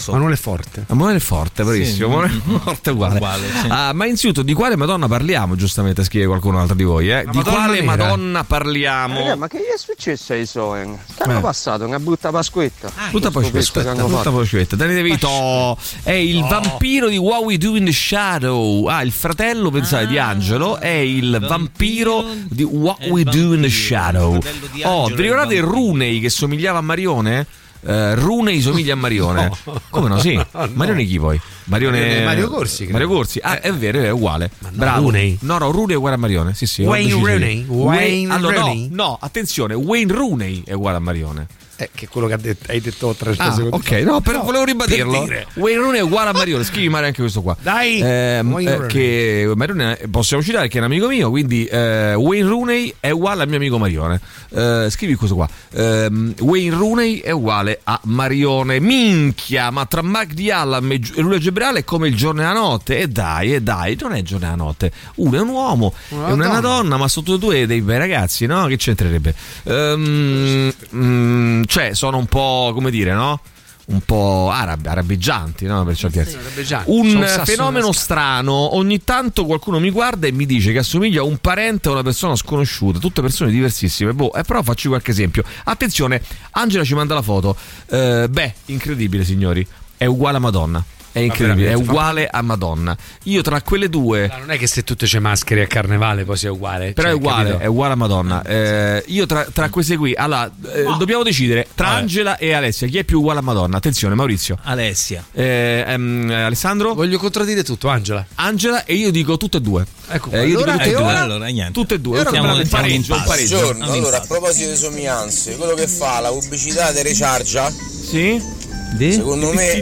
S15: Manuele Forte.
S1: Emanuele Forte, bravissimo.
S15: Sì.
S1: Emanuele Forte è uguale.
S15: Uguale, sì.
S1: Ah, ma innanzitutto di quale Madonna parliamo? Giustamente scrive qualcun altro di voi. eh. Di
S4: Madonna
S1: quale
S4: nera.
S1: Madonna parliamo?
S4: Raga, ma che gli è successo ai Soen? Che hanno
S1: Eh.
S4: passato una brutta pasquetta.
S1: Tutta
S4: Ah, Questo questo che
S1: Pasquetta,
S4: hanno
S1: tutta
S4: fatto.
S1: Pasquetta. Danny DeVito è il vampiro di What We Do in the Shadow. Ah, il fratello, pensate, di Angelo è il vampiro di What We Do in the Shadow. Oh, vi ricordate Runei che somigliava a Marione? Eh, Runei somiglia a Marione. Come no? Sì. Marione chi poi? Marione
S15: Marione- Mario Corsi, credo.
S1: Mario Corsi. Ah, è vero, è uguale. Bravo.
S15: Rooney.
S1: No, no, Rooney è uguale a Marione. Sì, sì. ho
S15: Wayne
S1: deciso io.
S15: Rooney?
S1: Wayne-
S15: Wayne
S1: allora, no,
S15: Rooney?
S1: no, attenzione, Wayne Rooney è uguale a Marione.
S15: Eh, che è quello che ha detto- hai detto tra
S1: Ah, ok, no, però volevo ribadirlo. Wayne Rooney è uguale a Marione, scrivi Mario anche questo qua.
S15: Dai,
S1: Ehm,
S15: Wayne
S1: eh,
S15: Rooney.
S1: che Marione eh, possiamo citare che è un amico mio, quindi eh, Wayne Rooney è uguale al mio amico Marione. Eh, scrivi questo qua. Ehm, Wayne Rooney è uguale a Marione. Minchia, ma tra Mac di Allam e Gi- e Lulia Gebrale è come il giorno e la notte. E dai, e dai, non è il giorno e la notte. Uno è un uomo,
S15: Una
S1: è una
S15: donna.
S1: donna donna, ma sotto due dei bei ragazzi, no? Che c'entrerebbe? Ehm, mm, cioè, sono un po', come dire, no? Un po' arabi, arabeggianti, no? Per certi versi.
S15: arabeggianti. Sono
S1: Un
S15: un sasso
S1: fenomeno
S15: nella
S1: strano. Ogni tanto qualcuno mi guarda e mi dice che assomiglia a un parente o una persona sconosciuta. Tutte persone diversissime. Boh, eh, però faccio qualche esempio. Attenzione, Angela ci manda la foto. Eh, beh, incredibile, signori. È uguale a Madonna. È incredibile, è
S15: veramente, fa- Cioè,
S1: uguale a Madonna. Io tra quelle due.
S15: Non è che se tutte c'è maschere a carnevale poi sia uguale.
S1: Però
S15: cioè,
S1: è uguale,
S15: capito?
S1: è uguale a Madonna. Eh, io tra, tra queste qui, allora, eh, dobbiamo decidere tra
S15: Eh.
S1: Angela e Alessia, chi è più uguale a Madonna? Attenzione, Maurizio.
S3: Alessia.
S1: Eh, ehm, Alessandro?
S15: Voglio contraddire tutto, Angela.
S1: Allora, e io dico tutte e due.
S15: Ecco,
S1: Eh, io
S15: allora,
S1: dico tutte e
S15: e
S1: due.
S15: ora?
S3: Allora, niente.
S1: Tutte e due.
S3: E ora
S1: Siamo-
S3: come
S1: un
S3: siamo in
S1: pareggio, un
S3: pace?
S1: pareggio.
S16: Buongiorno,
S1: Siamo in
S16: allora a
S1: pace.
S16: proposito di somiglianze, quello che fa la pubblicità di Rechargia,
S1: Sì?
S16: secondo me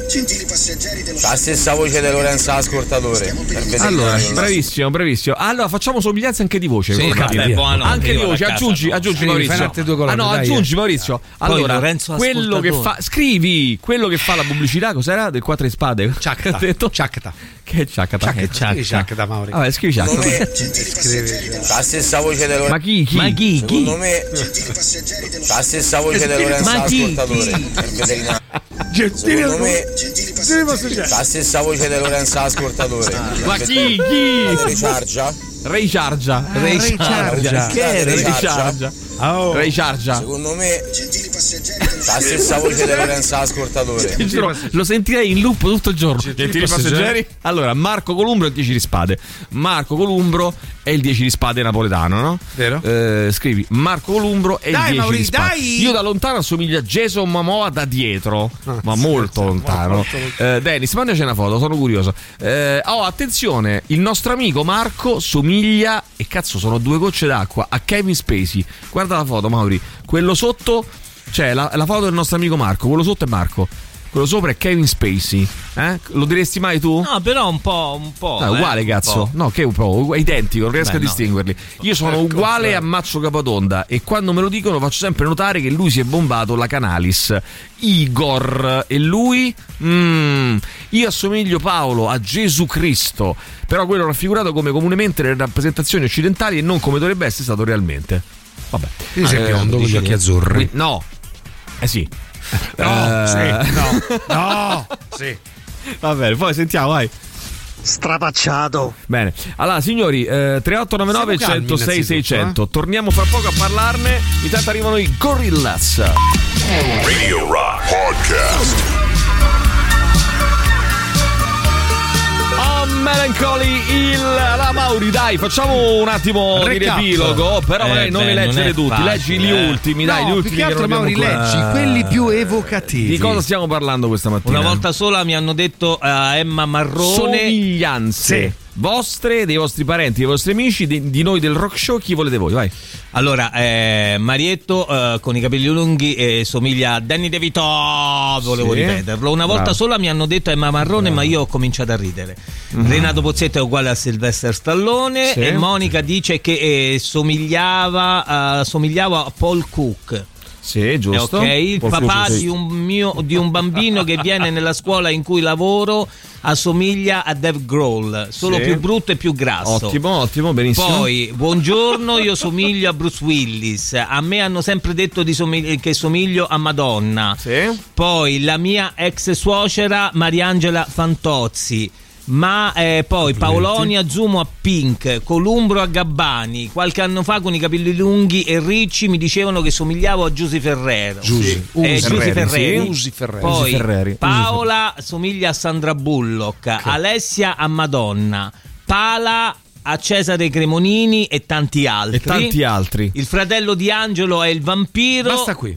S16: ha la stessa voce di Lorenzo Ascoltatore. per vedere
S1: Allora,
S16: che non la-
S1: bravissimo, bravissimo. Allora, facciamo somiglianze anche di voce.
S16: Sì,
S1: col
S16: vabbè,
S1: capire.
S16: buonanotte,
S1: anche
S16: io
S1: di
S16: vado a
S1: voce,
S16: casa,
S1: aggiungi,
S16: no.
S1: aggiungi
S16: Scrivi,
S1: Maurizio.
S16: fai altre due colonne,
S1: ah no,
S16: dai,
S1: aggiungi
S16: eh.
S1: Maurizio.
S16: Poi
S1: Allora,
S16: Lorenzo
S1: quello che fa.
S16: ascoltatore.
S1: Scrivi quello che fa la pubblicità, cos'era? Del quattro di spade. Ciacta. detto? Ciacta. Che è ciacta? Che
S15: Scrivi Ciacta, Maurizio.
S1: Vabbè, scrivi
S16: Secondo
S1: ciacta.
S16: me ha la stessa voce di Lorenzo.
S1: Ma chi, chi? Ma chi, chi?
S16: Secondo me ha la stessa voce di Lorenzo
S1: Ma chi,
S16: Ascoltatore.
S1: chi?
S16: per veterinario. Secondo me ha la stessa voce di Lorenzo Ascoltatore.
S1: Ma chi, chi?
S16: Rechargia.
S1: Rechargia. Rechargia.
S16: Che
S1: Rechargia.
S16: Rechargia?
S2: Oh,
S1: Oh. Rechargia.
S16: Secondo me ha la stessa voce di Lorenzo Ascoltatore.
S1: Ti giuro, lo sentirei in loop tutto il giorno. Gentili passeggeri. Allora, Marco Columbro è il 10 di spade. Marco Columbro è il 10 di spade napoletano, no? Vero? scrivi Marco Columbro è
S15: Dai,
S1: il 10
S15: Mauri,
S1: di spade.
S15: dai!
S1: Io da lontano assomiglio a Jason Momoa da dietro, ma molto lontano. Eh, Dennis, mandaci una foto, sono curioso. Eh, oh, attenzione, il nostro amico Marco somiglia e cazzo, sono due gocce d'acqua a Kevin Spacey. Guarda la foto, Mauri. Quello sotto cioè, la, la foto del nostro amico Marco, quello sotto è Marco. quello sopra è Kevin Spacey. Eh? Lo diresti mai tu?
S3: No, però un po', un po'.
S1: No, è
S3: eh,
S1: Ah, uguale,
S3: un
S1: cazzo.
S3: po'.
S1: No, che è un po' è identico, non riesco
S3: Beh,
S1: a
S3: no.
S1: distinguerli. Io sono uguale a Mazzo Capatonda e quando me lo dicono faccio sempre notare che lui si è bombato la Canalis. Igor e lui? Mm, io assomiglio Paolo a Gesù Cristo, però quello raffigurato come comunemente nelle rappresentazioni occidentali e non come dovrebbe essere stato realmente. Vabbè.
S15: Quindi sei
S1: Eh,
S15: biondo con gli
S1: dici-
S15: occhi azzurri.
S1: qui- No. Eh sì.
S15: No,
S1: Eh,
S15: sì, no, no, sì.
S1: Va bene, poi sentiamo, vai.
S17: Strapacciato.
S1: Bene, allora signori, eh, 3899
S17: Siamo calmi
S1: 106
S17: innanzitutto,
S15: eh.
S1: 600. Torniamo fra poco a parlarne. Intanto arrivano i Gorillaz.
S13: Radio Rock Podcast.
S1: Oh, Melancholy il la Mauri, dai, facciamo un attimo di
S15: Recap.
S1: riepilogo, però
S15: Eh,
S1: magari non
S15: beh,
S1: li
S15: non
S1: leggere
S15: è
S1: tutti,
S15: facile,
S1: leggi gli
S15: eh.
S1: ultimi,
S15: No,
S1: dai, gli
S15: più
S1: ultimi
S15: che altro,
S1: non abbiamo
S15: Mauri,
S1: qua.
S15: leggi quelli più evocativi.
S1: Di cosa stiamo parlando questa mattina?
S3: Una volta sola mi hanno detto a Emma Marrone.
S1: somiglianze
S3: Sì.
S1: vostre, dei vostri parenti, dei vostri amici, di, di noi del rock show, chi volete voi, vai.
S3: Allora, eh, Marietto eh, con i capelli lunghi eh, somiglia a Danny DeVito, volevo
S1: Sì.
S3: ripeterlo. Una volta
S1: Bravo.
S3: sola mi hanno detto Emma Marrone, ma io ho cominciato a ridere.
S1: Mhm.
S3: Renato Pozzetto è uguale a Sylvester Stallone
S1: Sì.
S3: e Monica dice che eh, somigliava, eh, somigliava a Paul Cook. Eh,
S1: Sì, giusto.
S3: Ok, il
S1: Paul
S3: papà
S1: Cook, sì.
S3: di un, mio- di un bambino che viene nella scuola in cui lavoro assomiglia a Dave Grohl, solo
S1: Sì.
S3: più brutto e più grasso.
S1: Ottimo, ottimo, benissimo.
S3: Poi, buongiorno, io somiglio a Bruce Willis. A me hanno sempre detto di somig- che somiglio a Madonna. Poi la mia ex suocera Mariangela Fantozzi. Ma eh, poi Paolonia Zumo a Pink, Columbro a Gabbani. Qualche anno fa con i capelli lunghi e ricci mi dicevano che somigliavo a Giusy Ferrero.
S15: Giusy.
S3: Eh,
S15: Usi
S3: Giusy
S15: Ferreri,
S3: Ferreri.
S15: sì. Usi Ferreri.
S3: Poi
S15: Usi Ferreri.
S3: Paola somiglia a Sandra Bullock, Alessia a Madonna, Pala a Cesare Cremonini e tanti altri.
S1: E tanti altri.
S3: Il fratello di Angelo è il vampiro. Basta
S15: qui.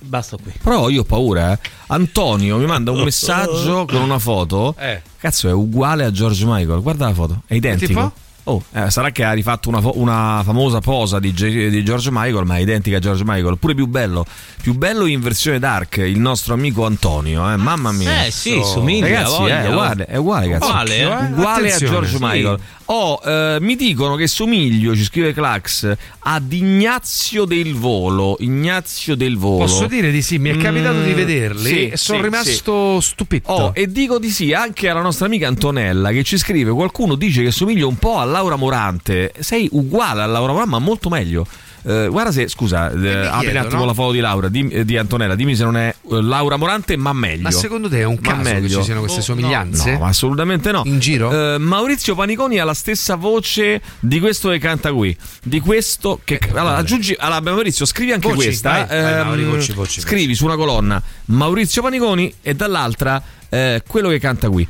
S3: Basta qui.
S1: Però io ho paura, eh. Antonio mi manda un messaggio con una foto.
S3: Eh.
S1: Cazzo, è uguale a George Michael. Guarda la foto, è
S3: Tipo?
S1: identico. Oh, eh, sarà che ha rifatto una, fo- una famosa posa di, Ge- di George Michael, ma è identica a George Michael. Pure più bello. Più bello in versione dark, il nostro amico Antonio. eh. Mamma mia.
S3: Eh, sì, somiglia,
S1: Ragazzi,
S3: voglia,
S1: eh,
S3: oh.
S1: guarda, è uguale, cazzo.
S3: Uguale, eh?
S1: Uguale a
S3: Attenzione.
S1: George
S3: Sì.
S1: Michael. Oh, eh, mi dicono che somiglio, ci scrive Clax, ad Ignazio del Volo. Ignazio del Volo.
S15: Posso dire di sì, mi è capitato di
S1: Mm,
S15: vederli
S1: sì,
S15: e sono
S1: sì,
S15: rimasto
S1: sì.
S15: stupito.
S1: Oh, e dico di sì anche alla nostra amica Antonella che ci scrive: Qualcuno dice che somiglia un po' a Laura Morante. Sei uguale a Laura Morante, ma molto meglio. Eh, guarda se, scusa, eh, apri un
S15: chiedo,
S1: attimo
S15: no?
S1: la foto di Laura, dimmi- eh, di Antonella, dimmi se non è eh, Laura Morante, ma meglio.
S15: Ma secondo te è un
S1: Ma
S15: caso che
S1: meglio.
S15: ci siano queste
S1: Oh, no.
S15: somiglianze?
S1: No, ma assolutamente no. In giro? Maurizio Paniconi ha la stessa voce di questo che canta qui. Di questo che. allora, aggiungi. Allora, Maurizio, scrivi anche
S15: Eh, Voci,
S1: questa. eh, ehm,
S15: vai, vai, Mauri, voci, voci, voci.
S1: scrivi su una colonna Maurizio Paniconi e dall'altra. eh, quello che canta qui,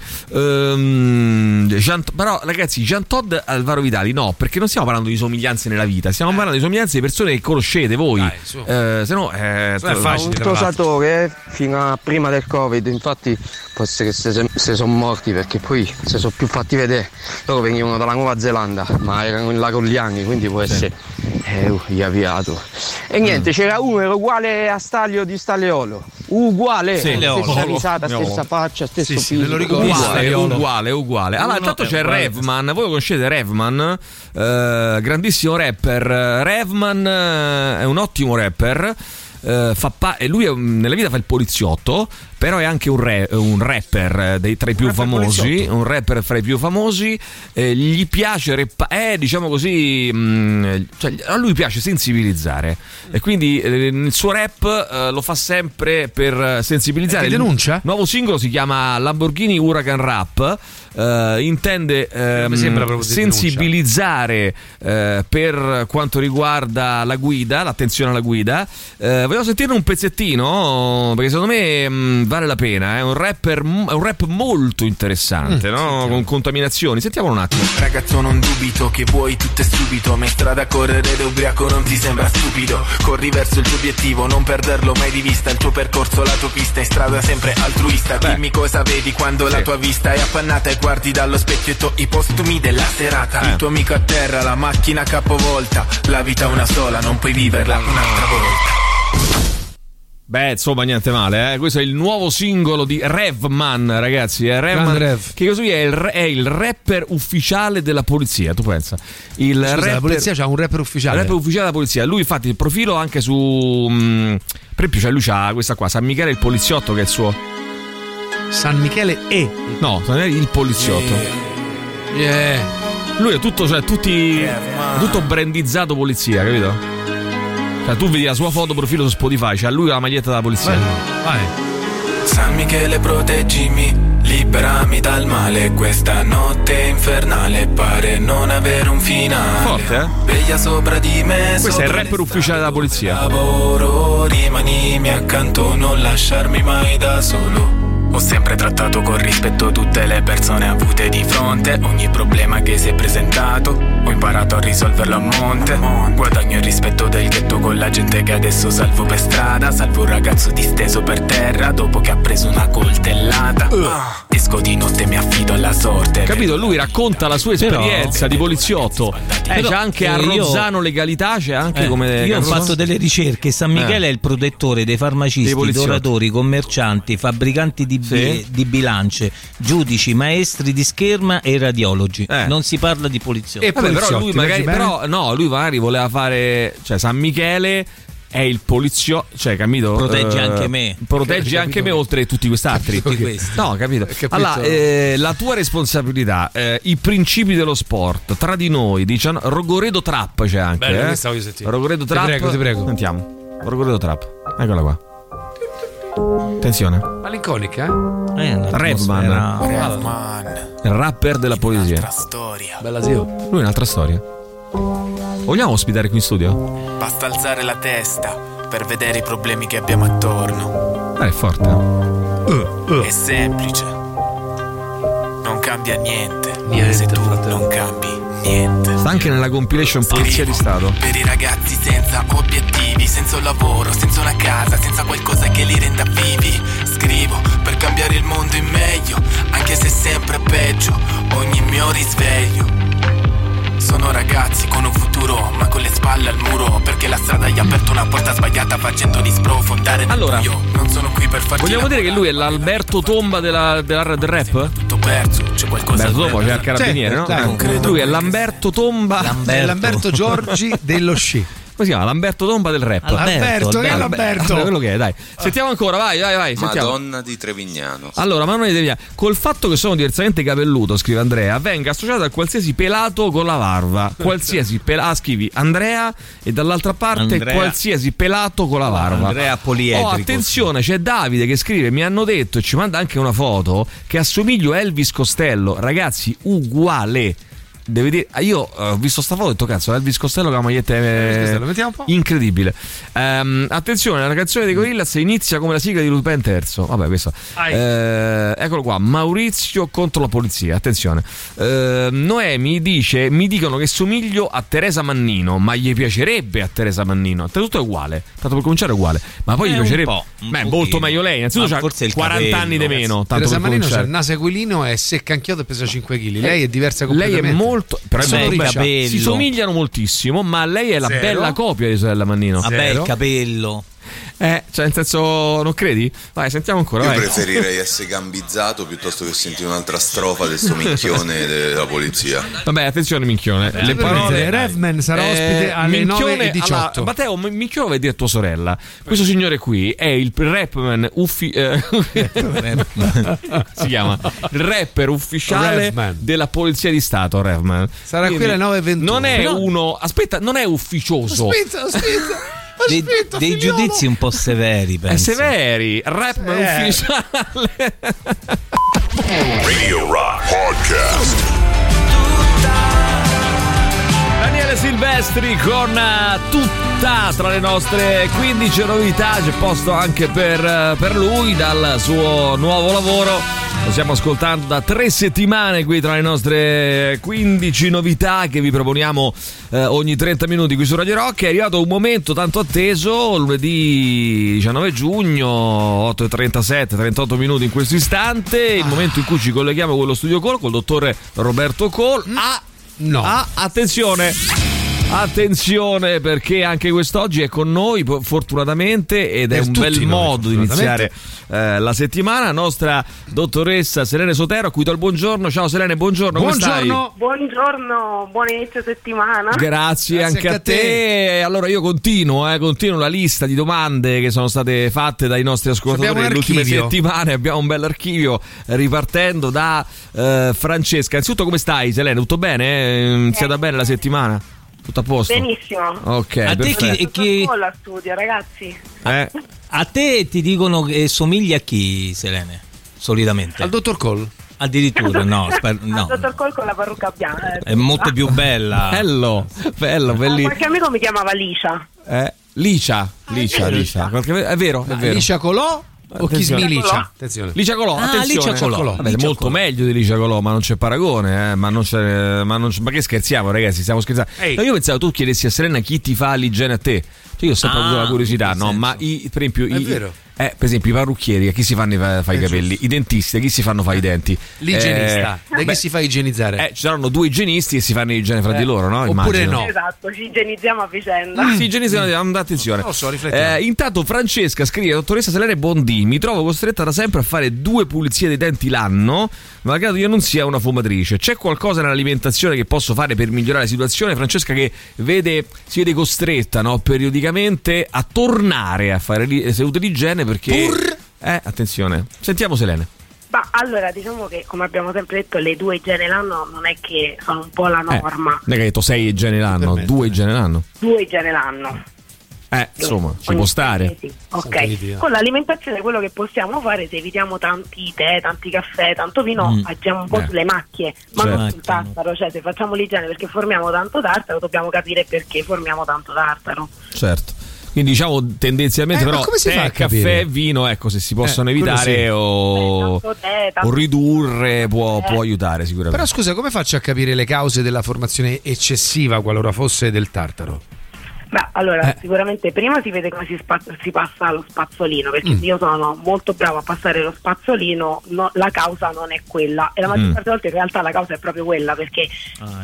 S1: Ehm, Jean- però ragazzi, Jean Todd Alvaro Vitali. No, perché non stiamo parlando di somiglianze nella vita, stiamo
S15: Eh.
S1: parlando di somiglianze di persone che conoscete voi. Eh, se no, eh,
S15: Non è facile,
S4: Un tosatore eh, fino a prima del covid infatti può essere che se, se sono morti perché poi se sono più fatti vedere loro venivano dalla Nuova Zelanda ma erano in là con gli anni quindi può essere eh, uh, gli avviato e
S1: Mm.
S4: niente c'era uno era uguale a Staglio di Stagliolo uguale
S1: Sì,
S4: stessa
S1: Leolo.
S4: risata stessa
S1: Leolo.
S4: faccia stesso
S1: sì,
S4: fisico.
S1: me lo ricordo. Uguale, uguale, uguale. Allora,
S4: Uno
S1: intanto
S4: è
S1: c'è
S4: uguale.
S1: Revman. Voi conoscete Revman, eh, grandissimo rapper. Revman eh, è un ottimo rapper. eh, fa pa- e lui è un- nella vita fa il poliziotto, però è anche un, re- un rapper eh, dei, tra i più famosi. Un rapper fra i più famosi. eh, gli piace, rappa- è diciamo così, mh, cioè, a lui piace sensibilizzare e quindi eh, il suo rap eh, lo fa sempre per eh, sensibilizzare.
S15: E che denuncia?
S1: Il nuovo singolo si chiama Lamborghini Huracan Rap. eh, intende ehm,
S15: mi sembra proprio di
S1: sensibilizzare eh, per quanto riguarda la guida, l'attenzione alla guida. Eh, volevo sentirne un pezzettino perché secondo me mh, vale la pena. eh. È un, rapper, m- è un rap molto
S15: Mm,
S1: interessante, no? con contaminazioni. Sentiamolo un attimo.
S12: Ragazzo non dubito che vuoi tutto e subito Ma in strada a correre ed ubriaco non ti sembra stupido Corri verso il tuo obiettivo, non perderlo mai di vista Il tuo percorso, la tua pista, in strada sempre altruista Dimmi cosa vedi quando la tua vista è appannata E guardi dallo specchietto i postumi della serata Il tuo amico a terra, la macchina capovolta La vita è una sola, non puoi viverla un'altra volta
S1: Beh, insomma, niente male. eh. Questo è il nuovo singolo di Revman, ragazzi. eh. Revman,
S15: Grande Rev.
S1: Che così è il, è il rapper ufficiale della polizia, tu pensa. Il
S15: Scusa,
S1: rapper-
S15: la polizia c'ha un rapper ufficiale.
S1: il rapper ufficiale della polizia. Lui, infatti, il profilo anche su. mh, per esempio, cioè, lui c'ha questa qua, San Michele il poliziotto, che è il suo.
S15: San Michele e.
S1: No, San Michele il poliziotto. Lui è tutto, cioè, tutti. tutto brandizzato polizia, capito? Cioè, tu vedi la sua foto profilo su Spotify, c'ha lui la maglietta della polizia.
S12: San Michele proteggimi, liberami dal male Questa notte infernale pare non avere un finale
S1: Forte, eh?
S12: Veglia sopra di me
S1: Questo è il
S12: sopra
S1: rapper ufficiale della polizia.
S12: lavoro Rimanimi accanto, non lasciarmi mai da solo ho sempre trattato con rispetto tutte le persone avute di fronte Ogni problema che si è presentato Ho imparato a risolverlo a monte Guadagno il rispetto del ghetto con la gente che adesso salvo per strada Salvo un ragazzo disteso per terra Dopo che ha preso una coltellata
S1: Uh.
S12: Esco di notte e mi affido alla sorte
S1: Capito? Lui racconta la sua
S3: Però-
S1: esperienza di poliziotto. Eh,
S3: Però,
S1: c'è anche a
S3: eh, io-
S1: Rozzano Legalità, c'è anche
S3: Eh,
S1: come.
S3: io ho
S1: Rozzano-
S3: fatto delle ricerche. San Michele
S1: Eh.
S3: è il protettore dei
S1: Dei
S3: farmacisti,
S1: poliziotti.
S3: doratori, commercianti, fabbricanti di, bi-
S1: Sì.
S3: di bilance, giudici, maestri di scherma e radiologi.
S1: Eh.
S3: Non si parla di poliziotti.
S1: Vabbè, però lui magari. Però, no, lui magari voleva fare. Cioè, San Michele è il poliziotto. Cioè, capito?
S3: Protegge
S1: Eh,
S3: anche me.
S1: Protegge anche me, oltre a tutti quest'altri.
S3: Tutti
S1: Ok.
S3: questi.
S1: No, capito.
S3: Capito.
S1: Allora, eh, la tua responsabilità, eh, i principi dello sport, tra di noi, diciamo, Rogoredo Trap c'è anche.
S15: Bello,
S1: eh.
S15: questa voglio sentire.
S1: Rogoredo
S15: Ti
S1: Trap.
S15: prego, ti prego.
S1: Sentiamo. Rogoredo Trap. Eccola qua. Attenzione.
S15: Malinconica,
S1: Certo.
S3: Eh,
S1: Redman. Il rapper della polizia.
S12: Storia
S15: Bella zio.
S1: Lui è un'altra storia. Vogliamo ospitare qui in studio?
S12: Basta alzare la testa per vedere i problemi che abbiamo attorno
S1: Eh, è forte.
S12: È semplice Non cambia niente, Se tu non cambi
S1: Sta anche nella compilation Polizia di Stato.
S12: Per i ragazzi senza obiettivi, senza un lavoro, senza una casa, senza qualcosa che li renda vivi. Scrivo per cambiare il mondo in meglio, anche se è sempre peggio, ogni mio risveglio. Sono ragazzi con un futuro, ma con le spalle al muro, perché la strada gli ha aperto una porta sbagliata facendoli sprofondare. Allora, io non sono qui per farti
S1: Vogliamo dire che lui è l'Alberto Tomba della, della- del rap?
S12: tutto perso, c'è qualcosa
S1: Alberto Tomba, c'è
S12: almeno-
S1: il carabiniere,
S12: Sì,
S1: no?
S12: dai.
S1: Eh. Lui è l'Amberto Tomba.
S15: Lamberto. Lamberto Giorgi
S1: dello sci. Come si chiama? L'Amberto Tomba del rap.
S15: Alberto, Alberto, che è
S1: Albe-
S15: l'Alberto?
S1: Vabbè, quello che è, dai. Sentiamo ancora, vai, vai, vai. Sentiamo.
S19: Madonna di Trevignano.
S1: Allora, Manuele De Via, col fatto che sono diversamente capelluto, scrive Andrea, venga associato a qualsiasi pelato con la varva. Qualsiasi pelato, ah, scrivi Andrea e dall'altra parte
S3: Andrea.
S1: qualsiasi pelato con la varva.
S3: Andrea poliedrico.
S1: Oh, attenzione, c'è Davide che scrive, mi hanno detto e ci manda anche una foto che assomiglio a Elvis Costello, ragazzi, uguale. Deve dire, ah, io eh, ho visto sta foto e ho detto cazzo, Elvis Costello con la maglietta eh,
S15: Costello, mettiamo un po'.
S1: incredibile. Ehm, attenzione, la canzone dei Gorillaz inizia come la sigla di Lupin III. Vabbè, questo. Eh, eccolo qua, Maurizio contro la polizia. Attenzione. Eh, Noemi dice: Mi dicono che somiglio a Teresa Mannino, ma gli piacerebbe a Teresa Mannino. Tutto è uguale. Tanto per cominciare è uguale. Ma poi
S15: Eh,
S1: gli
S15: un
S1: piacerebbe.
S15: po', un
S1: Beh, molto meglio lei. Innanzitutto
S15: Ma
S1: c'ha
S15: forse il
S1: 40
S15: capello, eh,
S1: anni di meno. Tanto
S15: Teresa
S1: per certo.
S15: Marino c'ha
S1: cominciare.
S15: il naso equilino, è secca anch'io, pesa 5 kg. Eh, Lei è diversa
S1: Lei
S15: completamente.
S1: è molto. Però è
S15: Sono
S1: molto
S15: riccia.
S1: bella. Si somigliano moltissimo, ma lei è la
S15: Zero. Ah.
S1: bella copia di sorella Mannino.
S3: Vabbè, Ah, il
S1: Zero.
S3: capello.
S1: Eh, cioè, nel senso, non credi? Vai, sentiamo ancora.
S19: Io
S1: vai.
S19: preferirei essere gambizzato piuttosto che sentire un'altra strofa del suo minchione della polizia.
S1: Vabbè, attenzione, minchione. Le parole.
S15: Revman sarà
S1: Eh,
S15: ospite alle
S1: Minchione,
S15: 9 e 18.
S1: allora, Matteo, mi- Minchione vuol dire tua sorella. Questo signore qui è il rapman uffi- eh, si chiama il rapper ufficiale
S15: Revman.
S1: della polizia di stato. Revman
S15: Sarà qui alle 9 e 21.
S1: Non è
S15: No.
S1: uno, aspetta, non è ufficioso.
S15: Aspetta, aspetta. Aspetta,
S3: Dei
S15: figliolo.
S3: giudizi un po' severi,
S1: È
S3: penso.
S1: severi, rapman
S3: Severi.
S1: ufficiale.
S13: Radio Rock Podcast.
S1: Daniele Silvestri con eh, tutta tra le nostre 15 novità, c'è posto anche per, eh, per lui dal suo nuovo lavoro. Lo stiamo ascoltando da tre settimane qui tra le nostre 15 novità che vi proponiamo eh, ogni 30 minuti qui su Radio Rock. È arrivato un momento tanto atteso, lunedì 19 giugno, 8.37, 38 minuti in questo istante, il momento in cui ci colleghiamo con lo studio Col, col dottore Roberto Col. A
S15: No.
S1: Ah, attenzione! Attenzione perché anche quest'oggi è con noi po- fortunatamente ed è
S2: Per
S1: un
S2: tutti
S1: bel
S2: noi,
S1: modo di iniziare
S2: fortunatamente.
S1: eh, la settimana. Nostra dottoressa Selene Sotero a cui do il buongiorno. Ciao Selene, buongiorno. come stai?
S20: Buongiorno, buon inizio settimana.
S1: Eh? Grazie, anche a te. Allora io continuo, eh, continuo la lista di domande che sono state fatte dai nostri ascoltatori
S2: Abbiamo un
S1: nelle ultime
S2: archivio.
S1: settimane. Abbiamo un bell'archivio ripartendo da eh, Francesca. Innanzitutto come stai Selene? Tutto bene? Eh, È stata bene la settimana? Tutto a posto?
S20: Benissimo.
S1: Ok, A te perfetto. Eh? chi-
S3: chi-
S20: Sono a studio, ragazzi.
S3: A te ti dicono che somiglia a chi, Selene? Solitamente. Al dottor Cole. Addirittura, no, sper- no.
S20: Al Ah, dottor Col con la parrucca bianca.
S3: È molto più
S1: Ah.
S3: bella.
S1: Bello, bello,
S20: Ah,
S1: bellissimo.
S20: Qualche amico mi chiamava Licia.
S1: Eh, Licia,
S20: Ah,
S1: Licia, Licia. Qualche- È vero,
S15: Ma
S1: è vero.
S15: Licia Colò o chi
S1: Attenzione.
S15: smilicia?
S1: Attenzione. Licia Colò,
S15: Ah,
S1: attenzione.
S15: Licia Colò.
S1: Vabbè,
S15: Licia
S1: molto meglio di Licia Colò, ma non c'è paragone. eh, Ma, non c'è- ma non c'è- ma che scherziamo, ragazzi? Stiamo scherzando.
S15: Ehi.
S1: No, io pensavo tu chiedessi a Serena chi ti fa l'igiene a te. Cioè, io ho sempre
S15: Ah,
S1: avuto la curiosità, no? Ma i- per esempio,
S15: È
S1: i,
S15: vero.
S1: eh, per esempio, i parrucchieri a chi si fanno i, fa i capelli, i dentisti a chi si fanno fa i denti,
S2: L'igienista,
S1: Eh,
S2: da chi
S1: beh,
S2: si fa igienizzare?
S1: eh, ci saranno due igienisti e si fanno l'igiene fra
S2: Eh,
S1: di loro, no?
S2: oppure
S1: Immagino.
S2: no.
S20: Esatto, ci igienizziamo a vicenda.
S1: Sì, igienista, mm. attenzione.
S2: Non Ah. lo so, riflettiamo.
S1: Eh, intanto Francesca scrive, dottoressa Selene Bondi, mi trovo costretta da sempre a fare due pulizie dei denti l'anno, malgrado io non sia una fumatrice. C'è qualcosa nell'alimentazione che posso fare per migliorare la situazione? Francesca che vede, si vede costretta no, periodicamente a tornare a fare li- sedute di igiene perché... Eh, attenzione. Sentiamo Selene.
S20: Ma allora, diciamo che, come abbiamo sempre detto, le due igiene l'anno non è che sono un po' la
S1: Eh,
S20: norma.
S1: non è che hai detto sei igiene l'anno,
S2: eh.
S1: due igiene l'anno.
S20: Due igiene l'anno.
S1: Eh, insomma, ci può stare.
S20: Ok, con l'alimentazione quello che possiamo fare se evitiamo tanti tè, tanti caffè, tanto vino,
S1: Mm.
S20: agiamo un po'
S1: Eh.
S20: sulle macchie, ma non
S1: Certo.
S20: sul tartaro, cioè se facciamo l'igiene perché formiamo tanto tartaro dobbiamo capire perché formiamo tanto tartaro.
S1: Certo. Quindi diciamo tendenzialmente
S20: Eh, ma
S1: però
S20: come si fa
S1: tè,
S20: a
S1: caffè
S20: capire?
S1: e vino, ecco, se si possono
S2: Eh, quello
S1: evitare
S2: sì.
S1: o,
S20: tanto tè, tanto-
S1: o ridurre può, può aiutare sicuramente.
S2: Però scusa, come faccio a capire le cause della formazione eccessiva qualora fosse del tartaro?
S20: Beh, allora
S21: Eh.
S20: sicuramente prima si vede come si, spa- si passa lo spazzolino, perché
S2: Mm.
S20: se io sono molto bravo a passare lo spazzolino, no- la causa non è quella e la maggior
S21: Mm. Ah, ecco.
S20: parte delle volte in realtà la causa è proprio quella perché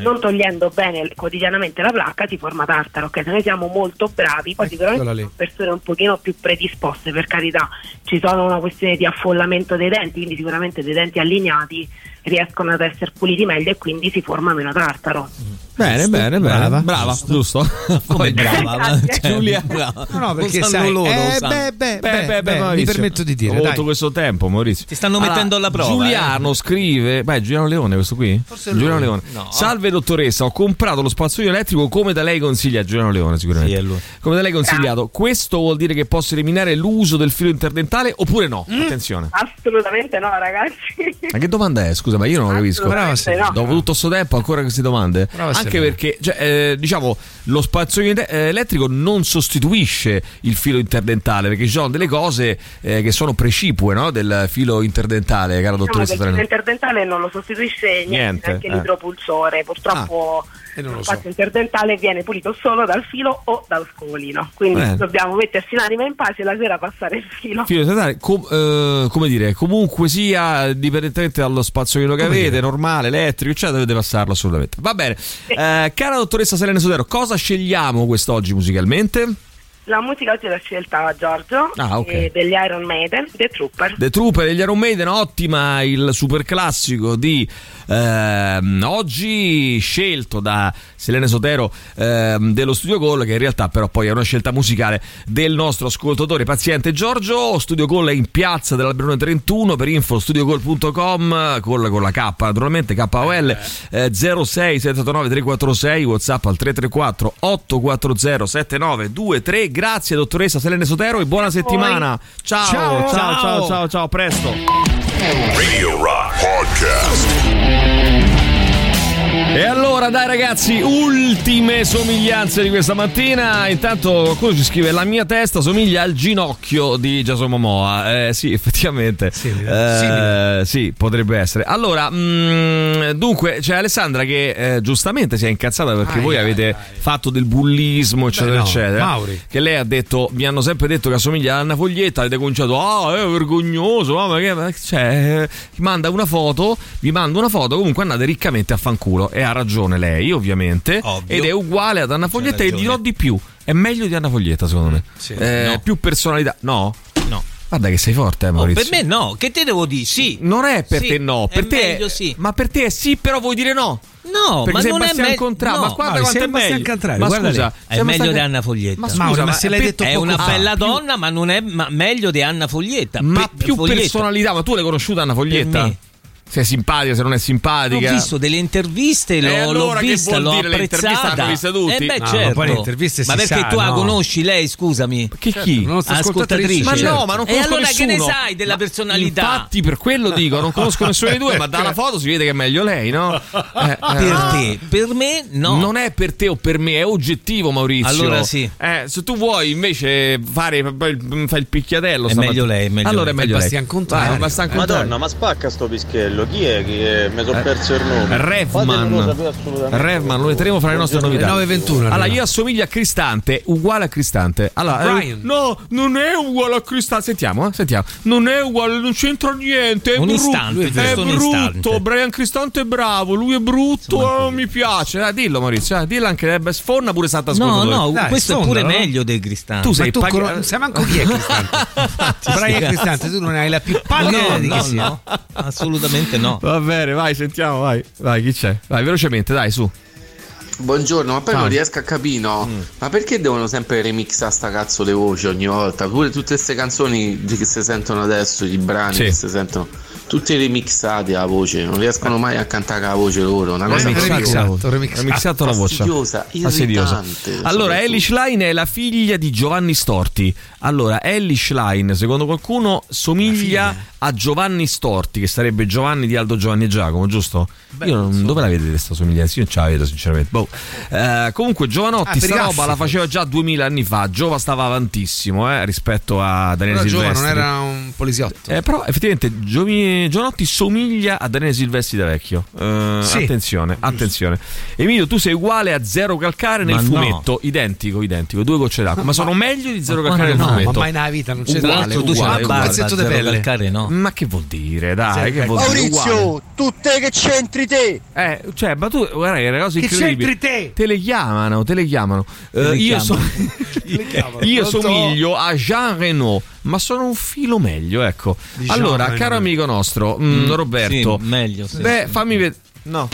S20: non togliendo bene quotidianamente la placca si forma tartaro, ok? Se noi siamo molto bravi, poi sicuramente
S21: Eh, lì.
S20: sono persone un pochino più predisposte, per carità, ci sono una questione di affollamento dei denti, quindi sicuramente dei denti allineati riescono ad essere puliti meglio e quindi si forma meno tartaro.
S21: Mm.
S1: Bene, bene, bene. Brava, giusto? Poi
S20: brava? Cioè,
S1: Giulia.
S3: brava.
S2: No, no, perché
S3: Lo sanno
S2: sai,
S3: loro, lo
S2: eh,
S3: sanno.
S2: beh, beh, beh, beh, mi
S1: Maurizio,
S2: permetto di
S1: Ho
S2: dire,
S1: avuto
S2: dai.
S1: questo tempo, Maurizio.
S3: Ti stanno mettendo alla prova, eh.
S1: Giuliano scrive, beh, Giuliano Leone, questo qui? Forse Giuliano Leone. Salve dottoressa, ho comprato lo spazzolino elettrico come da lei consiglia Giuliano Leone, sicuramente. Come da lei
S3: Ah.
S1: consigliato. Questo vuol dire che posso eliminare l'uso del filo interdentale oppure no?
S2: Mm.
S1: Attenzione.
S20: Assolutamente no, ragazzi.
S1: Ma che domanda è? Scusa, ma io non lo capisco.
S20: Assolutamente Brava, sì. no.
S1: Dopo tutto questo tempo, ancora queste domande.
S20: Brava, sì.
S1: Anche perché, cioè, eh, diciamo, lo spazzolino inte- eh, elettrico non sostituisce il filo interdentale, perché ci sono delle cose eh, che sono precipue no? del filo interdentale, cara
S20: Diciamo
S1: dottoressa
S20: che il
S1: Serena.
S20: interdentale non lo sostituisce
S1: Niente,
S20: niente, neanche
S1: eh. Ah,
S20: l'idropulsore. Purtroppo
S1: non
S20: lo,
S1: lo so.
S20: spazio interdentale viene pulito solo dal filo o dal scovolino. Quindi
S1: Bene.
S20: dobbiamo metterci l'anima in pace e la sera passare il filo.
S1: Filo interdentale, com- eh, come dire, comunque sia, dipendentemente dallo spazzolino che avete, normale, elettrico, eccetera, dovete passarlo assolutamente. Va bene. Eh, cara dottoressa Serena Sotero, cosa scegliamo quest'oggi musicalmente?
S20: La musica oggi l'ha scelta Giorgio
S1: Ah, ok.
S20: eh, degli Iron Maiden, The Trooper.
S1: The Trooper e gli Iron Maiden, ottima il super classico di ehm, oggi scelto da Selene Sotero ehm, dello Studio Call che in realtà però poi è una scelta musicale del nostro ascoltatore paziente Giorgio, Studio Call è in piazza dell'Alberone 31 per info studiocall.com call con la K naturalmente KOL eh, 06 789 346 Whatsapp al 334 840 7923 grazie dottoressa Selene Sotero e buona settimana ciao ciao ciao ciao ciao, ciao a presto
S13: Radio Rock Podcast.
S1: E allora dai ragazzi, ultime somiglianze di questa mattina. Intanto qualcuno ci scrive la mia testa somiglia al ginocchio di Jason Momoa. Eh, sì, effettivamente. Eh, sì, potrebbe essere. Allora, mm, dunque, c'è Alessandra che eh, giustamente si è incazzata perché
S2: Ai,
S1: voi
S2: ai,
S1: avete fatto del bullismo, eccetera,
S2: no,
S1: eccetera.
S2: Mauri.
S1: Che lei ha detto, mi hanno sempre detto che assomiglia a una foglietta, avete cominciato, ah, è vergognoso, ah, ma che... ma- Cioè, eh, manda una foto, vi mando una foto, comunque andate riccamente a fanculo. E e ha ragione lei, ovviamente. Ed è uguale ad Anna Foglietta e dirò di più. È meglio di Anna Foglietta, secondo me. Eh, Più personalità. No?
S3: No. Oh,
S1: Guarda che sei forte, eh, Maurizio.
S3: Per me no, che te devo dire? Sì.
S1: Non è per te no, per te è-
S3: meglio sì.
S1: Ma per te è sì, però vuoi dire no.
S3: No,
S1: Perché
S3: ma
S1: sei
S3: non è
S1: Bastian
S3: meglio.
S1: Contra- ma guarda quanto è meglio. Ma
S3: ma
S1: scusa,
S3: scusa, è
S1: siamo
S3: meglio
S1: stati-
S3: di Anna Foglietta.
S1: Ma scusa, Mauro, ma ma se l'hai
S3: per-
S1: detto
S3: è
S1: poco
S3: una
S1: fa.
S3: bella
S1: Ah, più-
S3: donna, ma non è ma- meglio di Anna Foglietta.
S1: Ma
S3: Pe-
S1: più
S3: Eh, Foglietta.
S1: personalità, ma tu l'hai conosciuta Anna Foglietta?
S3: me.
S1: Se è simpatica, se non è simpatica.
S3: Ho visto delle interviste, l'ho,
S1: E Eh, allora
S3: l'ho
S1: che
S3: vista,
S1: vuol
S3: l'ho
S1: dire? Le interviste
S3: apprezzata.
S1: l'hanno viste tutti?
S3: Eh beh,
S1: No,
S3: certo.
S1: ma poi le interviste
S3: ma
S1: si
S3: perché
S1: sa,
S3: tu la
S1: no.
S3: conosci lei, scusami?
S1: Che chi? Certo, La nostra
S3: Ah, Ascoltatrice. Certo.
S1: ascoltatrice. Ma no, ma non
S3: E
S1: conosco
S3: allora che ne
S1: nessuno.
S3: sai della personalità? Certo.
S1: Infatti, per quello dico, non conosco nessuno dei due, ma dalla foto si vede che è meglio lei, no? Eh,
S3: Per te, per me no.
S1: Ah. Non è per te o per me, è oggettivo, Maurizio.
S3: Allora sì.
S1: Eh, se tu vuoi invece fare poi il- fai il picchiatello,
S3: È
S1: stamattina.
S3: meglio lei, è meglio
S1: allora
S3: lei.
S1: è meglio
S3: È
S1: lei. Eh,
S3: Bastian Contrario.
S1: Vai, è Bastian Contrario.
S22: Madonna, ma spacca sto pischello. Chi è? Chi
S12: Eh,
S22: è? Mi
S1: Eh.
S22: sono perso il nome. Fatemi lo sapere
S1: Revman.
S22: assolutamente. Eh,
S1: Revman, lo metteremo fra le nostre novità.
S22: 9.21
S1: Allora,
S22: arriva.
S1: io assomiglio a Cristante, uguale a Cristante. Allora, eh,
S22: Brian.
S1: no, non è uguale a Cristante. Sentiamo, eh, sentiamo. Non è uguale, non c'entra niente. È
S3: Un
S1: brutto.
S3: istante,
S1: è
S3: giusto un
S1: brutto.
S3: istante.
S1: Brian Cristante è bravo, lui è brutto. eh, mi piace. Eh, dillo, Maurizio, eh, dillo anche. eh, beh, sfonda pure Santa
S3: No,
S1: Ascoltatore.
S3: no,
S1: Dai,
S3: questo è pure
S1: sfondalo, no?
S3: meglio del Cristante.
S1: Tu sei pagato-
S3: pagato.
S2: sai manco chi è Cristante. Brian Cristante, tu non hai la più pallida idea di chi sia.
S3: Assolutamente no.
S1: Va bene, vai, sentiamo, vai. Vai, chi c'è? Vai, velocemente, dai, su.
S21: Buongiorno, ma poi
S1: Ciao.
S21: non riesco a capire, no? Ma perché devono sempre remixare sta cazzo le voci ogni volta? Pure tutte queste canzoni di- che si sentono adesso, i brani che si sentono, tutte remixate a voce, non riescono mai a cantare a voce loro. Una cosa
S1: Remixato la voce.
S21: fastidiosa.
S1: Remixato la voce.
S21: Fastidiosa,
S1: Fastidiosa.
S21: irritante,
S1: Allora, Ellie
S21: soprattutto.
S1: Schlein è la figlia di Giovanni Storti. Allora, Ellie Schlein, secondo qualcuno, somiglia a Giovanni Storti, che sarebbe Giovanni di Aldo Giovanni e Giacomo, giusto? Io non- dove la vedete questa somiglianza? Io non ce la vedo, sinceramente. Boh. Eh, comunque,
S2: Ah,
S1: Giovanotti,
S2: per i
S1: sta
S2: raffi,
S1: roba la faceva già 2000 anni fa. Giova stava avantissimo eh, rispetto a Daniele
S2: Però Giova
S1: Silvestri.
S2: non era un poliziotto.
S1: Eh, però effettivamente Giovi- Giovanotti somiglia a Daniele Silvestri da vecchio. Eh,
S2: Sì.
S1: Attenzione, attenzione. Emilio, tu sei uguale a Zero Calcare nel
S2: Ma no.
S1: fumetto. Identico, identico. Due gocce d'acqua. Ma, sono meglio di Zero Calcare nel
S2: no,
S1: fumetto.
S2: ma mai nella vita non c'è
S1: eh, uguale,
S2: tu c'hai
S1: uguale,
S2: un
S1: uguale.
S2: pezzetto di
S1: Zero
S2: pelle. Cioè, ecco.
S1: Calcare, no. Ma che vuol dire? Dai,
S2: Zero
S1: che vuol dire? Uguale.
S17: Maurizio, tutte che c'entri te!
S1: Eh, cioè, ma tu, guarda, che è una cosa
S17: Che
S1: incredibile.
S17: c'entri te?
S1: Te le chiamano, te le chiamano. Eh,
S17: le
S1: io
S17: chiamano.
S1: so- io
S17: Non so.
S1: somiglio a Jean Reno, ma sono un filo meglio, ecco.
S3: Di Jean
S1: allora,
S3: Reno.
S1: caro amico nostro, mm,
S3: Mm,
S1: Roberto,
S3: sì, meglio, sì.
S1: beh, fammi vedere. No,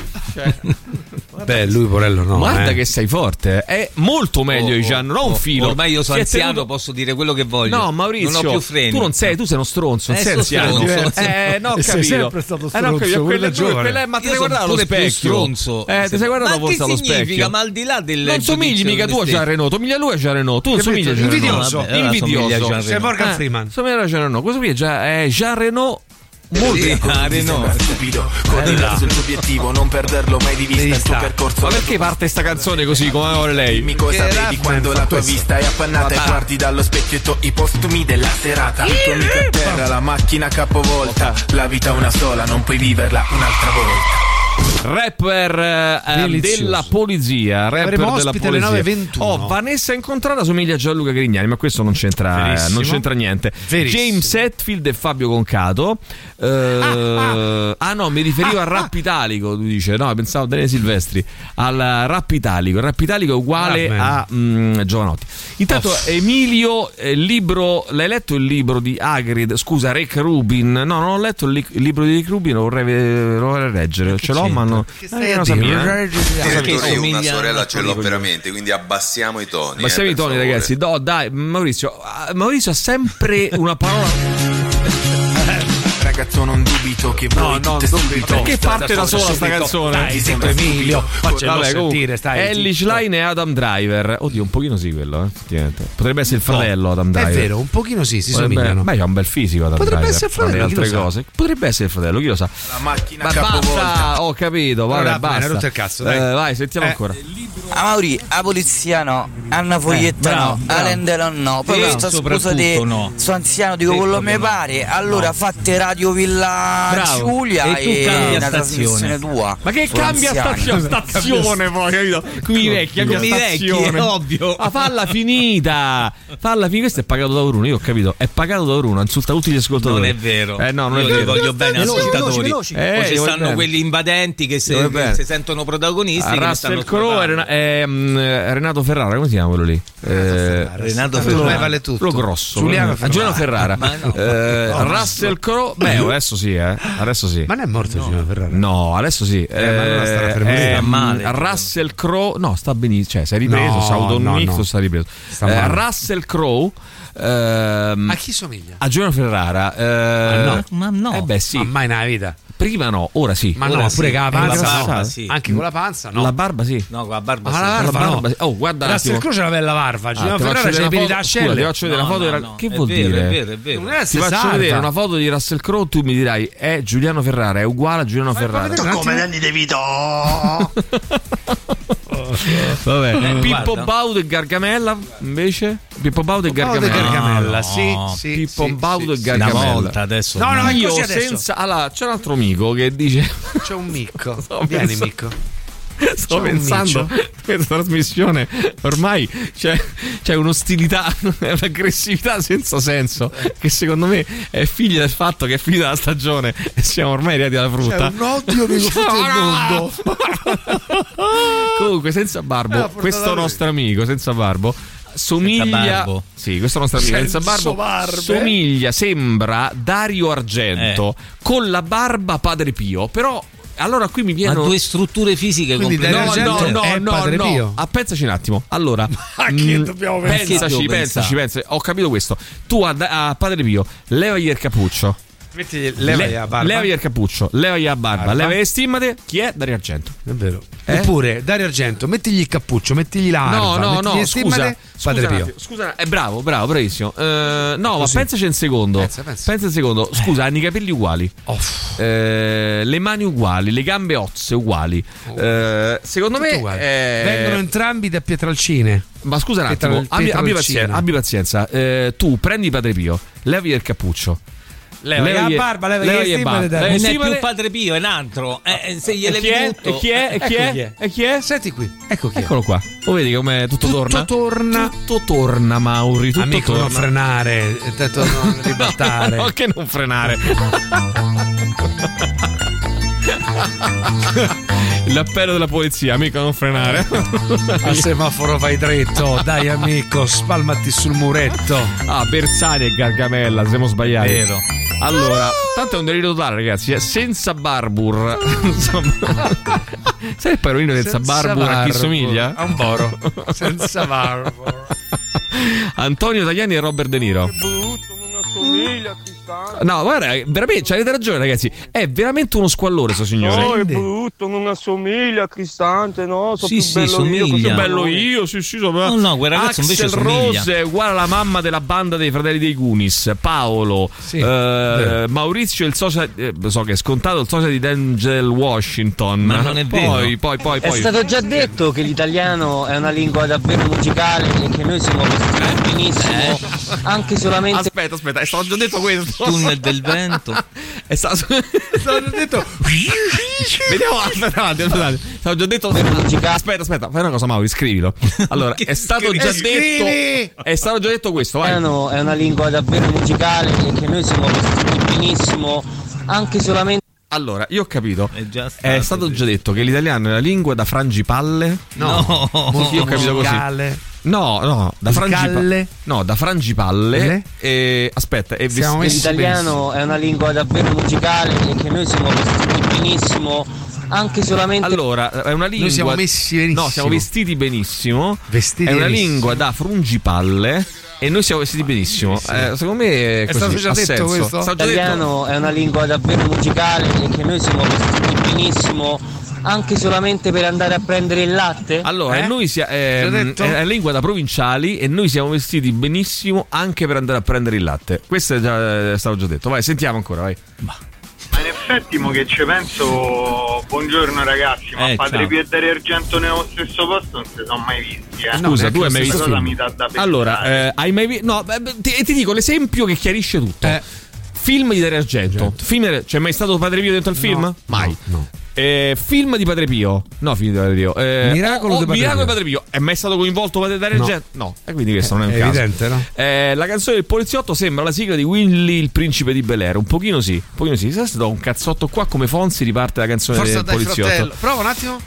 S2: Beh, lui Porello no.
S1: guarda
S2: eh.
S1: che sei forte, è molto meglio di Jean, non
S3: Oh,
S1: un filo.
S3: Ormai io sono
S1: Si è
S3: anziano,
S1: tenuto-
S3: posso dire quello che voglio.
S1: No, Maurizio,
S3: non ho più freni.
S1: tu non sei, tu sei uno stronzo, non
S3: Eh,
S1: sei
S3: sono
S1: anziano.
S3: stronzo.
S1: Eh, no, ho
S3: E sei
S1: capito.
S3: sempre stato
S1: Eh, no, ho capito,
S3: stronzo,
S1: quella è
S3: quello è
S1: giovane.
S3: giovane.
S1: ma ti
S3: Io
S1: sei
S3: sono
S1: guardato allo
S3: pure più
S1: specchio?
S3: stronzo.
S1: Eh, ti sei guardato
S3: Ma
S1: la forza
S3: che
S1: allo
S3: significa?
S1: specchio?
S3: Ma al di là del
S1: Non
S3: giudizio
S1: somigli mica
S3: di
S1: tu a
S3: te
S1: Gian Reno, somiglia lui a Gian Reno, tu non
S3: Capito?
S1: somigli a Gian Reno.
S3: Invidioso. Vabbè, allora somiglia a
S1: invidioso. Eh,
S3: Jean Reno.
S15: Morgan Freeman.
S1: Somiglia a Gian Reno, questo qui è Gian, è Jean Reno molto
S12: Sì, ah,
S1: Reno.
S12: Reno. stupido. Corri verso il tuo obiettivo, non perderlo mai di vista. Il tuo percorso
S1: Ma perché parte sta canzone così come vuole lei?
S12: Dimmi cosa vedi quando la tua vista è appannata e guardi dallo specchietto i postumi della serata. Il tuo amico a terra, la macchina capovolta. La vita una sola, non puoi viverla un'altra volta.
S1: Rapper eh,
S12: Delizioso.
S1: della polizia, rapper
S12: Avremo
S1: della
S12: ospite alle
S1: polizia.
S12: 9.21.
S1: Oh, Vanessa incontrata somiglia a Gianluca Grignani, ma questo non c'entra, eh,
S12: Verissimo.
S1: non c'entra niente.
S12: Verissimo.
S1: James Hetfield e Fabio Concato. Eh, ah, no, mi riferivo al rap italico, tu dice, no, pensavo a Daniele Silvestri, al rap italico. Il rap italico è uguale
S12: Rap man.
S2: Ah,
S1: a mm, Giovanotti. Intanto Emilio, eh, il libro, l'hai letto il libro di Agrid, scusa, Rick Rubin. No, non ho letto il, li- il libro di Rick Rubin, lo vorrei, ve- lo vorrei leggere. Ce l'ho, ma non...
S2: stai
S1: eh,
S2: a
S1: cosa
S2: dire?
S1: mia, eh.
S19: Direttore, io una
S1: somiglia
S19: sorella
S1: a
S19: ce l'ho veramente, quindi abbassiamo i toni.
S1: Ma siamo
S19: eh,
S1: i
S19: per
S1: toni,
S19: favore.
S1: ragazzi. No, dai, Maurizio. ah, Maurizio ha sempre una parola.
S12: Ragazzo non dubito che
S1: no,
S12: vuoi tutte
S1: non
S12: subito
S1: dubito. Perché parte da sola sta canzone?
S12: Dai, zitto
S1: Emilio,
S12: Emilio,
S1: Vabbè,
S12: facciamo
S1: comunque,
S12: sentire, stai
S1: Ellie
S12: zitto.
S1: Schlein e Adam Driver. Oddio, un pochino sì quello, eh, effettivamente. Potrebbe essere il fratello Adam Driver.
S2: vero, un pochino sì, si
S1: Potrebbe-
S2: somigliano.
S1: Ma c'ha un bel fisico Adam
S2: Potrebbe
S1: Driver.
S2: essere il fratello,
S1: tra le
S2: chi lo
S1: altre
S2: sa?
S1: cose. Potrebbe essere il fratello, chi lo sa.
S12: La macchina
S1: Ma
S12: capovolta.
S1: basta, ho capito,
S12: Allora,
S1: vabbè,
S12: Adam,
S1: basta.
S12: hai rotto il cazzo,
S1: Eh,
S12: dai.
S1: vai, sentiamo
S12: Eh,
S1: ancora.
S5: A Mauri, a polizia no, Anna Foglietta
S1: Eh, bravo,
S5: no,
S1: bravo.
S5: Alain Delon no, poi
S1: Bravo,
S5: questa scusa
S1: soprattutto
S5: di
S1: no.
S5: sono anziano, dico
S1: Sì,
S5: quello
S1: proprio
S5: mi
S1: no.
S5: pare, allora
S1: No.
S5: fate radio Radio Villa
S3: Bravo.
S5: Giulia
S3: E tu
S5: e,
S3: cambia
S5: una
S3: stazione.
S5: trasmissione tua.
S6: Ma che cambia stazio- stazione poi, capito? Come i vecchi, cambia
S1: Come i vecchi,
S6: stazione.
S1: è ovvio. Ma Ah, falla finita. Falla finita. Questo è pagato da Bruno, io ho capito. È pagato da Bruno, insulta tutti gli ascoltatori.
S3: Non è vero.
S1: Eh no,
S3: Io
S1: non è
S3: li
S1: vero.
S3: voglio bene
S1: Veloci,
S3: ascoltatori.
S1: veloci, veloci.
S3: Poi
S1: Eh,
S3: ci
S1: li voglio
S3: stanno
S1: bene.
S3: quelli invadenti che se-
S1: Li voglio
S3: che
S1: bene.
S3: si, sentono protagonisti. che
S1: Ah,
S3: mi
S1: Russell
S3: stanno
S1: Crowe e Rena- ehm, Renato Ferrara, come si chiama quello lì? Eh,
S3: Renato Ferrara. Ormai vale tutto.
S1: Quello grosso.
S3: Giuliano
S1: quello- ah, Giuliano Ferrara.
S3: Ma no.
S1: Eh,
S3: No, ma-
S1: Russell Crowe. Beh, adesso sì, eh. Adesso sì.
S2: Ma non è morto Giuliano Ferrara?
S1: No, adesso sì. ehm,
S2: Eh, ma allora starà fermo lì. Sta male.
S1: Russell Crowe, no, sta benissimo. Cioè, si è ripreso.
S2: No,
S1: Saudon
S2: no,
S1: Nixon
S2: no.
S1: sta ripreso.
S2: Sta
S1: Eh,
S2: male.
S1: Russell Crowe. ehm,
S2: A chi somiglia?
S1: a Giuliano Ferrara. eh,
S2: Ma no.
S3: Ma no.
S1: Eh beh, sì. Ma
S2: mai nella vita.
S1: Prima no, ora sì.
S2: Ma
S1: Ora
S2: no,
S1: sì.
S2: pure che la
S1: Eh, la
S2: panza.
S1: barba,
S2: no.
S1: sì.
S2: Anche con la panza, no.
S1: La barba sì.
S3: No, con la
S1: Ah,
S3: barba
S2: Ma
S3: sì.
S2: la barba,
S1: La barba
S2: no.
S1: sì. Oh, guarda un
S2: Russell
S1: attimo.
S2: Crowe c'è la bella barba. Giuliano
S1: ti faccio
S2: Ferrara c'è i
S1: vedere una
S2: peli
S1: foto-
S2: da
S1: scusa, ti
S2: ascelle.
S1: faccio vedere
S3: No,
S1: una foto.
S3: no,
S1: era-
S3: no,
S1: Che
S3: è
S1: vuol
S3: vero,
S1: dire?
S3: è vero, è vero.
S2: Non è
S1: Ti faccio
S2: sarda.
S1: vedere una foto di Russell Crowe, tu mi dirai è Giuliano Ferrara, è uguale a Giuliano Ferrara.
S18: Danny DeVito.
S1: Vabbè.
S18: Eh,
S1: Pippo
S18: guarda.
S1: Baudo e Gargamella invece? Pippo Baudo e Gargamella.
S2: Gargamella, sì,
S1: No.
S2: sì,
S1: Pippo
S2: sì, sì,
S1: Baudo e
S2: sì.
S1: Gargamella.
S2: Una volta, adesso
S1: No,
S2: no.
S1: no,
S2: Ma
S1: io
S2: così adesso?
S1: senza allora c'è un altro amico che dice
S2: C'è un micco.
S1: Stavo
S2: Vieni,
S1: pensando-
S2: micco.
S1: Sto
S2: C'è un
S1: pensando
S2: miccio.
S1: questa trasmissione ormai c'è, c'è un'ostilità, un'aggressività senza senso che secondo me è figlia del fatto che è finita la stagione e siamo ormai arrivati alla frutta.
S18: odio
S1: nei confronti del
S18: mondo.
S1: Comunque, senza
S18: Eh,
S1: Barbo,
S18: la fortuna
S1: questo
S18: lui.
S1: nostro amico, senza Barbo. Somiglia,
S3: Barbo.
S1: sì, questo nostro amico senza
S3: Senza
S1: barbo
S3: barbe.
S1: somiglia, sembra Dario Argento
S3: Eh.
S1: con la barba Padre Pio, però allora qui mi
S3: Ma
S1: viene
S3: due strutture fisiche
S1: quindi
S3: completamente
S1: no, no, no,
S3: differenti.
S1: no, no. Ah, pensaci un attimo. Allora, mm,
S3: dobbiamo pensare? Che devo
S1: pensaci, pensaci,
S3: pensare?
S1: pensaci. Ho capito questo. Tu a, a Padre Pio, levagli il cappuccio.
S2: Metti, levagli
S1: Le-
S2: la barba.
S1: levagli il cappuccio, levagli la barba,
S2: Barba.
S1: levagli le stimmate. Chi è? Dario Argento.
S2: È vero. Oppure Dario Argento, mettigli il cappuccio, mettigli la
S1: Eh? No,
S2: arpa,
S1: no,
S2: mettigli
S1: no,
S2: le stimmate, Padre
S1: scusa, scusa un
S2: Pio.
S1: attimo, scusa, è bravo, bravo, bravissimo. Eh, no, ma pensaci un secondo. Pensa, un
S2: Eh.
S1: secondo. Scusa, hanno i capelli uguali. Eh, le mani uguali, le gambe osse uguali.
S2: Oh.
S1: Eh, secondo me eh,
S2: Vengono entrambi da Pietralcine.
S1: Ma scusa un attimo, abbi, abbi pazienza. abbi pazienza. Eh, tu prendi Padre Pio, levi il cappuccio.
S3: Levagli
S1: levi-
S3: la barba, levagli le
S1: levi la
S3: stimmate,
S1: barba,
S3: dai.
S1: levi le
S23: Eh,
S3: Non è più
S1: stimmate.
S3: Padre Pio, è un altro.
S23: Ah,
S3: Eh, eh, se gli
S1: E chi è?
S3: levi tutto. Ecco
S1: E chi è? E chi è? E chi è?
S2: Ecco Senti qui. Ecco chi
S1: Eccolo qua. Lo vedi come tutto, torna?
S2: torna.
S1: Tutto torna, Mauri. Tutto
S2: Amico,
S1: torna.
S2: non frenare, tanto non ribattare.
S1: No, no, che non frenare. L'appello della polizia, amico, non frenare.
S2: Al semaforo vai dritto, dai amico, spalmati sul muretto.
S1: Ah, Bersani e Gargamella, siamo sbagliati.
S2: Vero.
S1: Allora, tanto è un delirio totale, ragazzi. eh, Senza Barbur. Insomma. Sai il parolino senza, Barbur a chi
S2: Barbur,
S1: somiglia?
S2: A un boro. Senza barbo.
S1: Antonio Tagliani e Robert De Niro. No, guarda, veramente, cioè, avete ragione, ragazzi. È veramente uno squallore, sto signore.
S7: No, è brutto, non assomiglia a Cristante, no? So più bello io, così bello io.
S1: sì, sì,
S7: No, no, quel ragazzo invece
S1: Axel
S7: somiglia.
S1: Rose è uguale alla mamma della banda dei fratelli dei Gunis, Paolo, eh, Maurizio è il socio, eh, so che è scontato il socio di Denzel Washington.
S3: Ma non è vero.
S1: Poi, poi, poi,
S23: È
S1: poi.
S23: stato già detto che l'italiano è una lingua davvero musicale e che noi siamo costruiti benissimo, anche solamente.
S1: Aspetta, aspetta, è stato già detto questo.
S23: Tunnel del vento.
S1: È stato, è stato già detto. Vediamo, aspetta, avanti, aspetta, avanti. Stavo già detto. Aspetta, aspetta, fai una cosa, Mauri, scrivilo. Allora, è stato già
S23: Scrivi!
S1: detto. È stato già detto questo,
S3: Eh,
S1: vai.
S23: L'italiano Eh, è una lingua davvero musicale e che noi siamo costruiti benissimo, anche solamente.
S1: Allora, io ho capito. È, stato già detto che l'italiano è la lingua da frangipalle.
S23: No.
S1: io ho capito
S2: Musicale.
S1: così. No, no, da
S2: Musicale.
S1: frangipalle. No, da frangipalle.
S23: Le?
S1: E, aspetta, e
S23: Che L'italiano è una lingua davvero musicale e che noi siamo costruiti benissimo, anche solamente.
S1: Allora, è una lingua.
S23: Noi siamo messi benissimo.
S1: No, siamo vestiti benissimo.
S2: Vestiti
S1: è una
S2: benissimo.
S1: lingua da frangipalle. E noi siamo vestiti benissimo. Eh, secondo me è,
S23: È
S1: così,
S23: stato già
S1: ha
S23: detto
S1: senso.
S23: questo?
S1: È stato già detto.
S23: L'italiano è una lingua davvero musicale e che noi siamo costruiti benissimo anche solamente per andare a prendere il latte?
S1: Allora, e noi sia- ehm,
S23: Già detto?
S1: è una lingua da provinciali e noi siamo vestiti benissimo anche per andare a prendere il latte. Questo è già è stato già detto. Vai, sentiamo ancora, vai.
S24: Ma in effetti mo che ci penso, buongiorno ragazzi, ma
S1: Eh,
S24: Padre
S1: ciao.
S24: Pio e Dario Argento nello stesso posto non si sono mai visti. Eh.
S1: Scusa, tu hai mai visto
S24: Questa cosa mi
S1: film?
S24: dà da pensare.
S1: Allora, eh, hai mai visto? No, beh, beh, ti, ti dico l'esempio che chiarisce tutto. Film di Dario Argento. Film di- C'è mai stato Padre Pio dentro al film? Mai. Eh, film di Padre Pio. No, film di Padre Pio. Eh,
S3: Miracolo
S1: o-
S3: di Padre
S1: Miracolo
S3: Pio.
S1: di Padre Pio. È mai stato coinvolto Padre Dario
S3: No.
S1: Argento? No. E quindi questo non è un
S3: È
S1: caso.
S3: evidente, no?
S1: Eh, la canzone del poliziotto sembra la sigla di Willy il principe di Bel Air. Un pochino sì. Un pochino sì. Se do un cazzotto qua come Fonsi riparte la canzone
S21: Forza
S1: del
S21: dai
S1: Eh, poliziotto.
S21: fratello. Prova un attimo.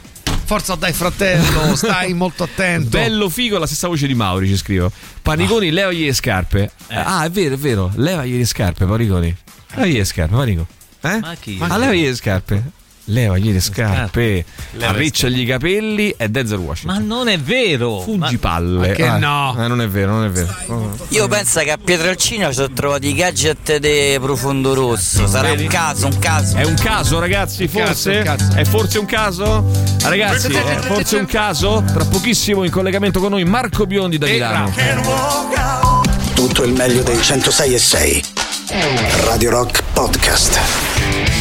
S21: Forza dai fratello, stai molto attento.
S1: Bello figo la stessa voce di Mauri, ci scrivo. Paniconi, levagli le scarpe. Ah, è vero, è vero. Levagli le scarpe, Paniconi. Levagli le scarpe, Panico. Eh?
S23: Ma chi?
S1: Ah, levagli le scarpe. Levagli le scarpe.
S23: Leva le
S1: Arricciagli i capelli e Denzel Washington.
S23: Ma non è vero!
S1: Fuggipalle.
S23: Ma che
S1: Ah,
S23: no?
S1: ah, non è vero, non è vero.
S5: Io penso che a Pietrelcina ci ho trovato i gadget di profondo rosso. Sarà un caso, un caso.
S1: È un caso, ragazzi, forse? È forse un caso? Ragazzi, è forse un caso? Tra pochissimo in collegamento con noi Marco Biondi da Milano.
S8: Tutto il meglio dei 106 e 6. Radio Rock Podcast.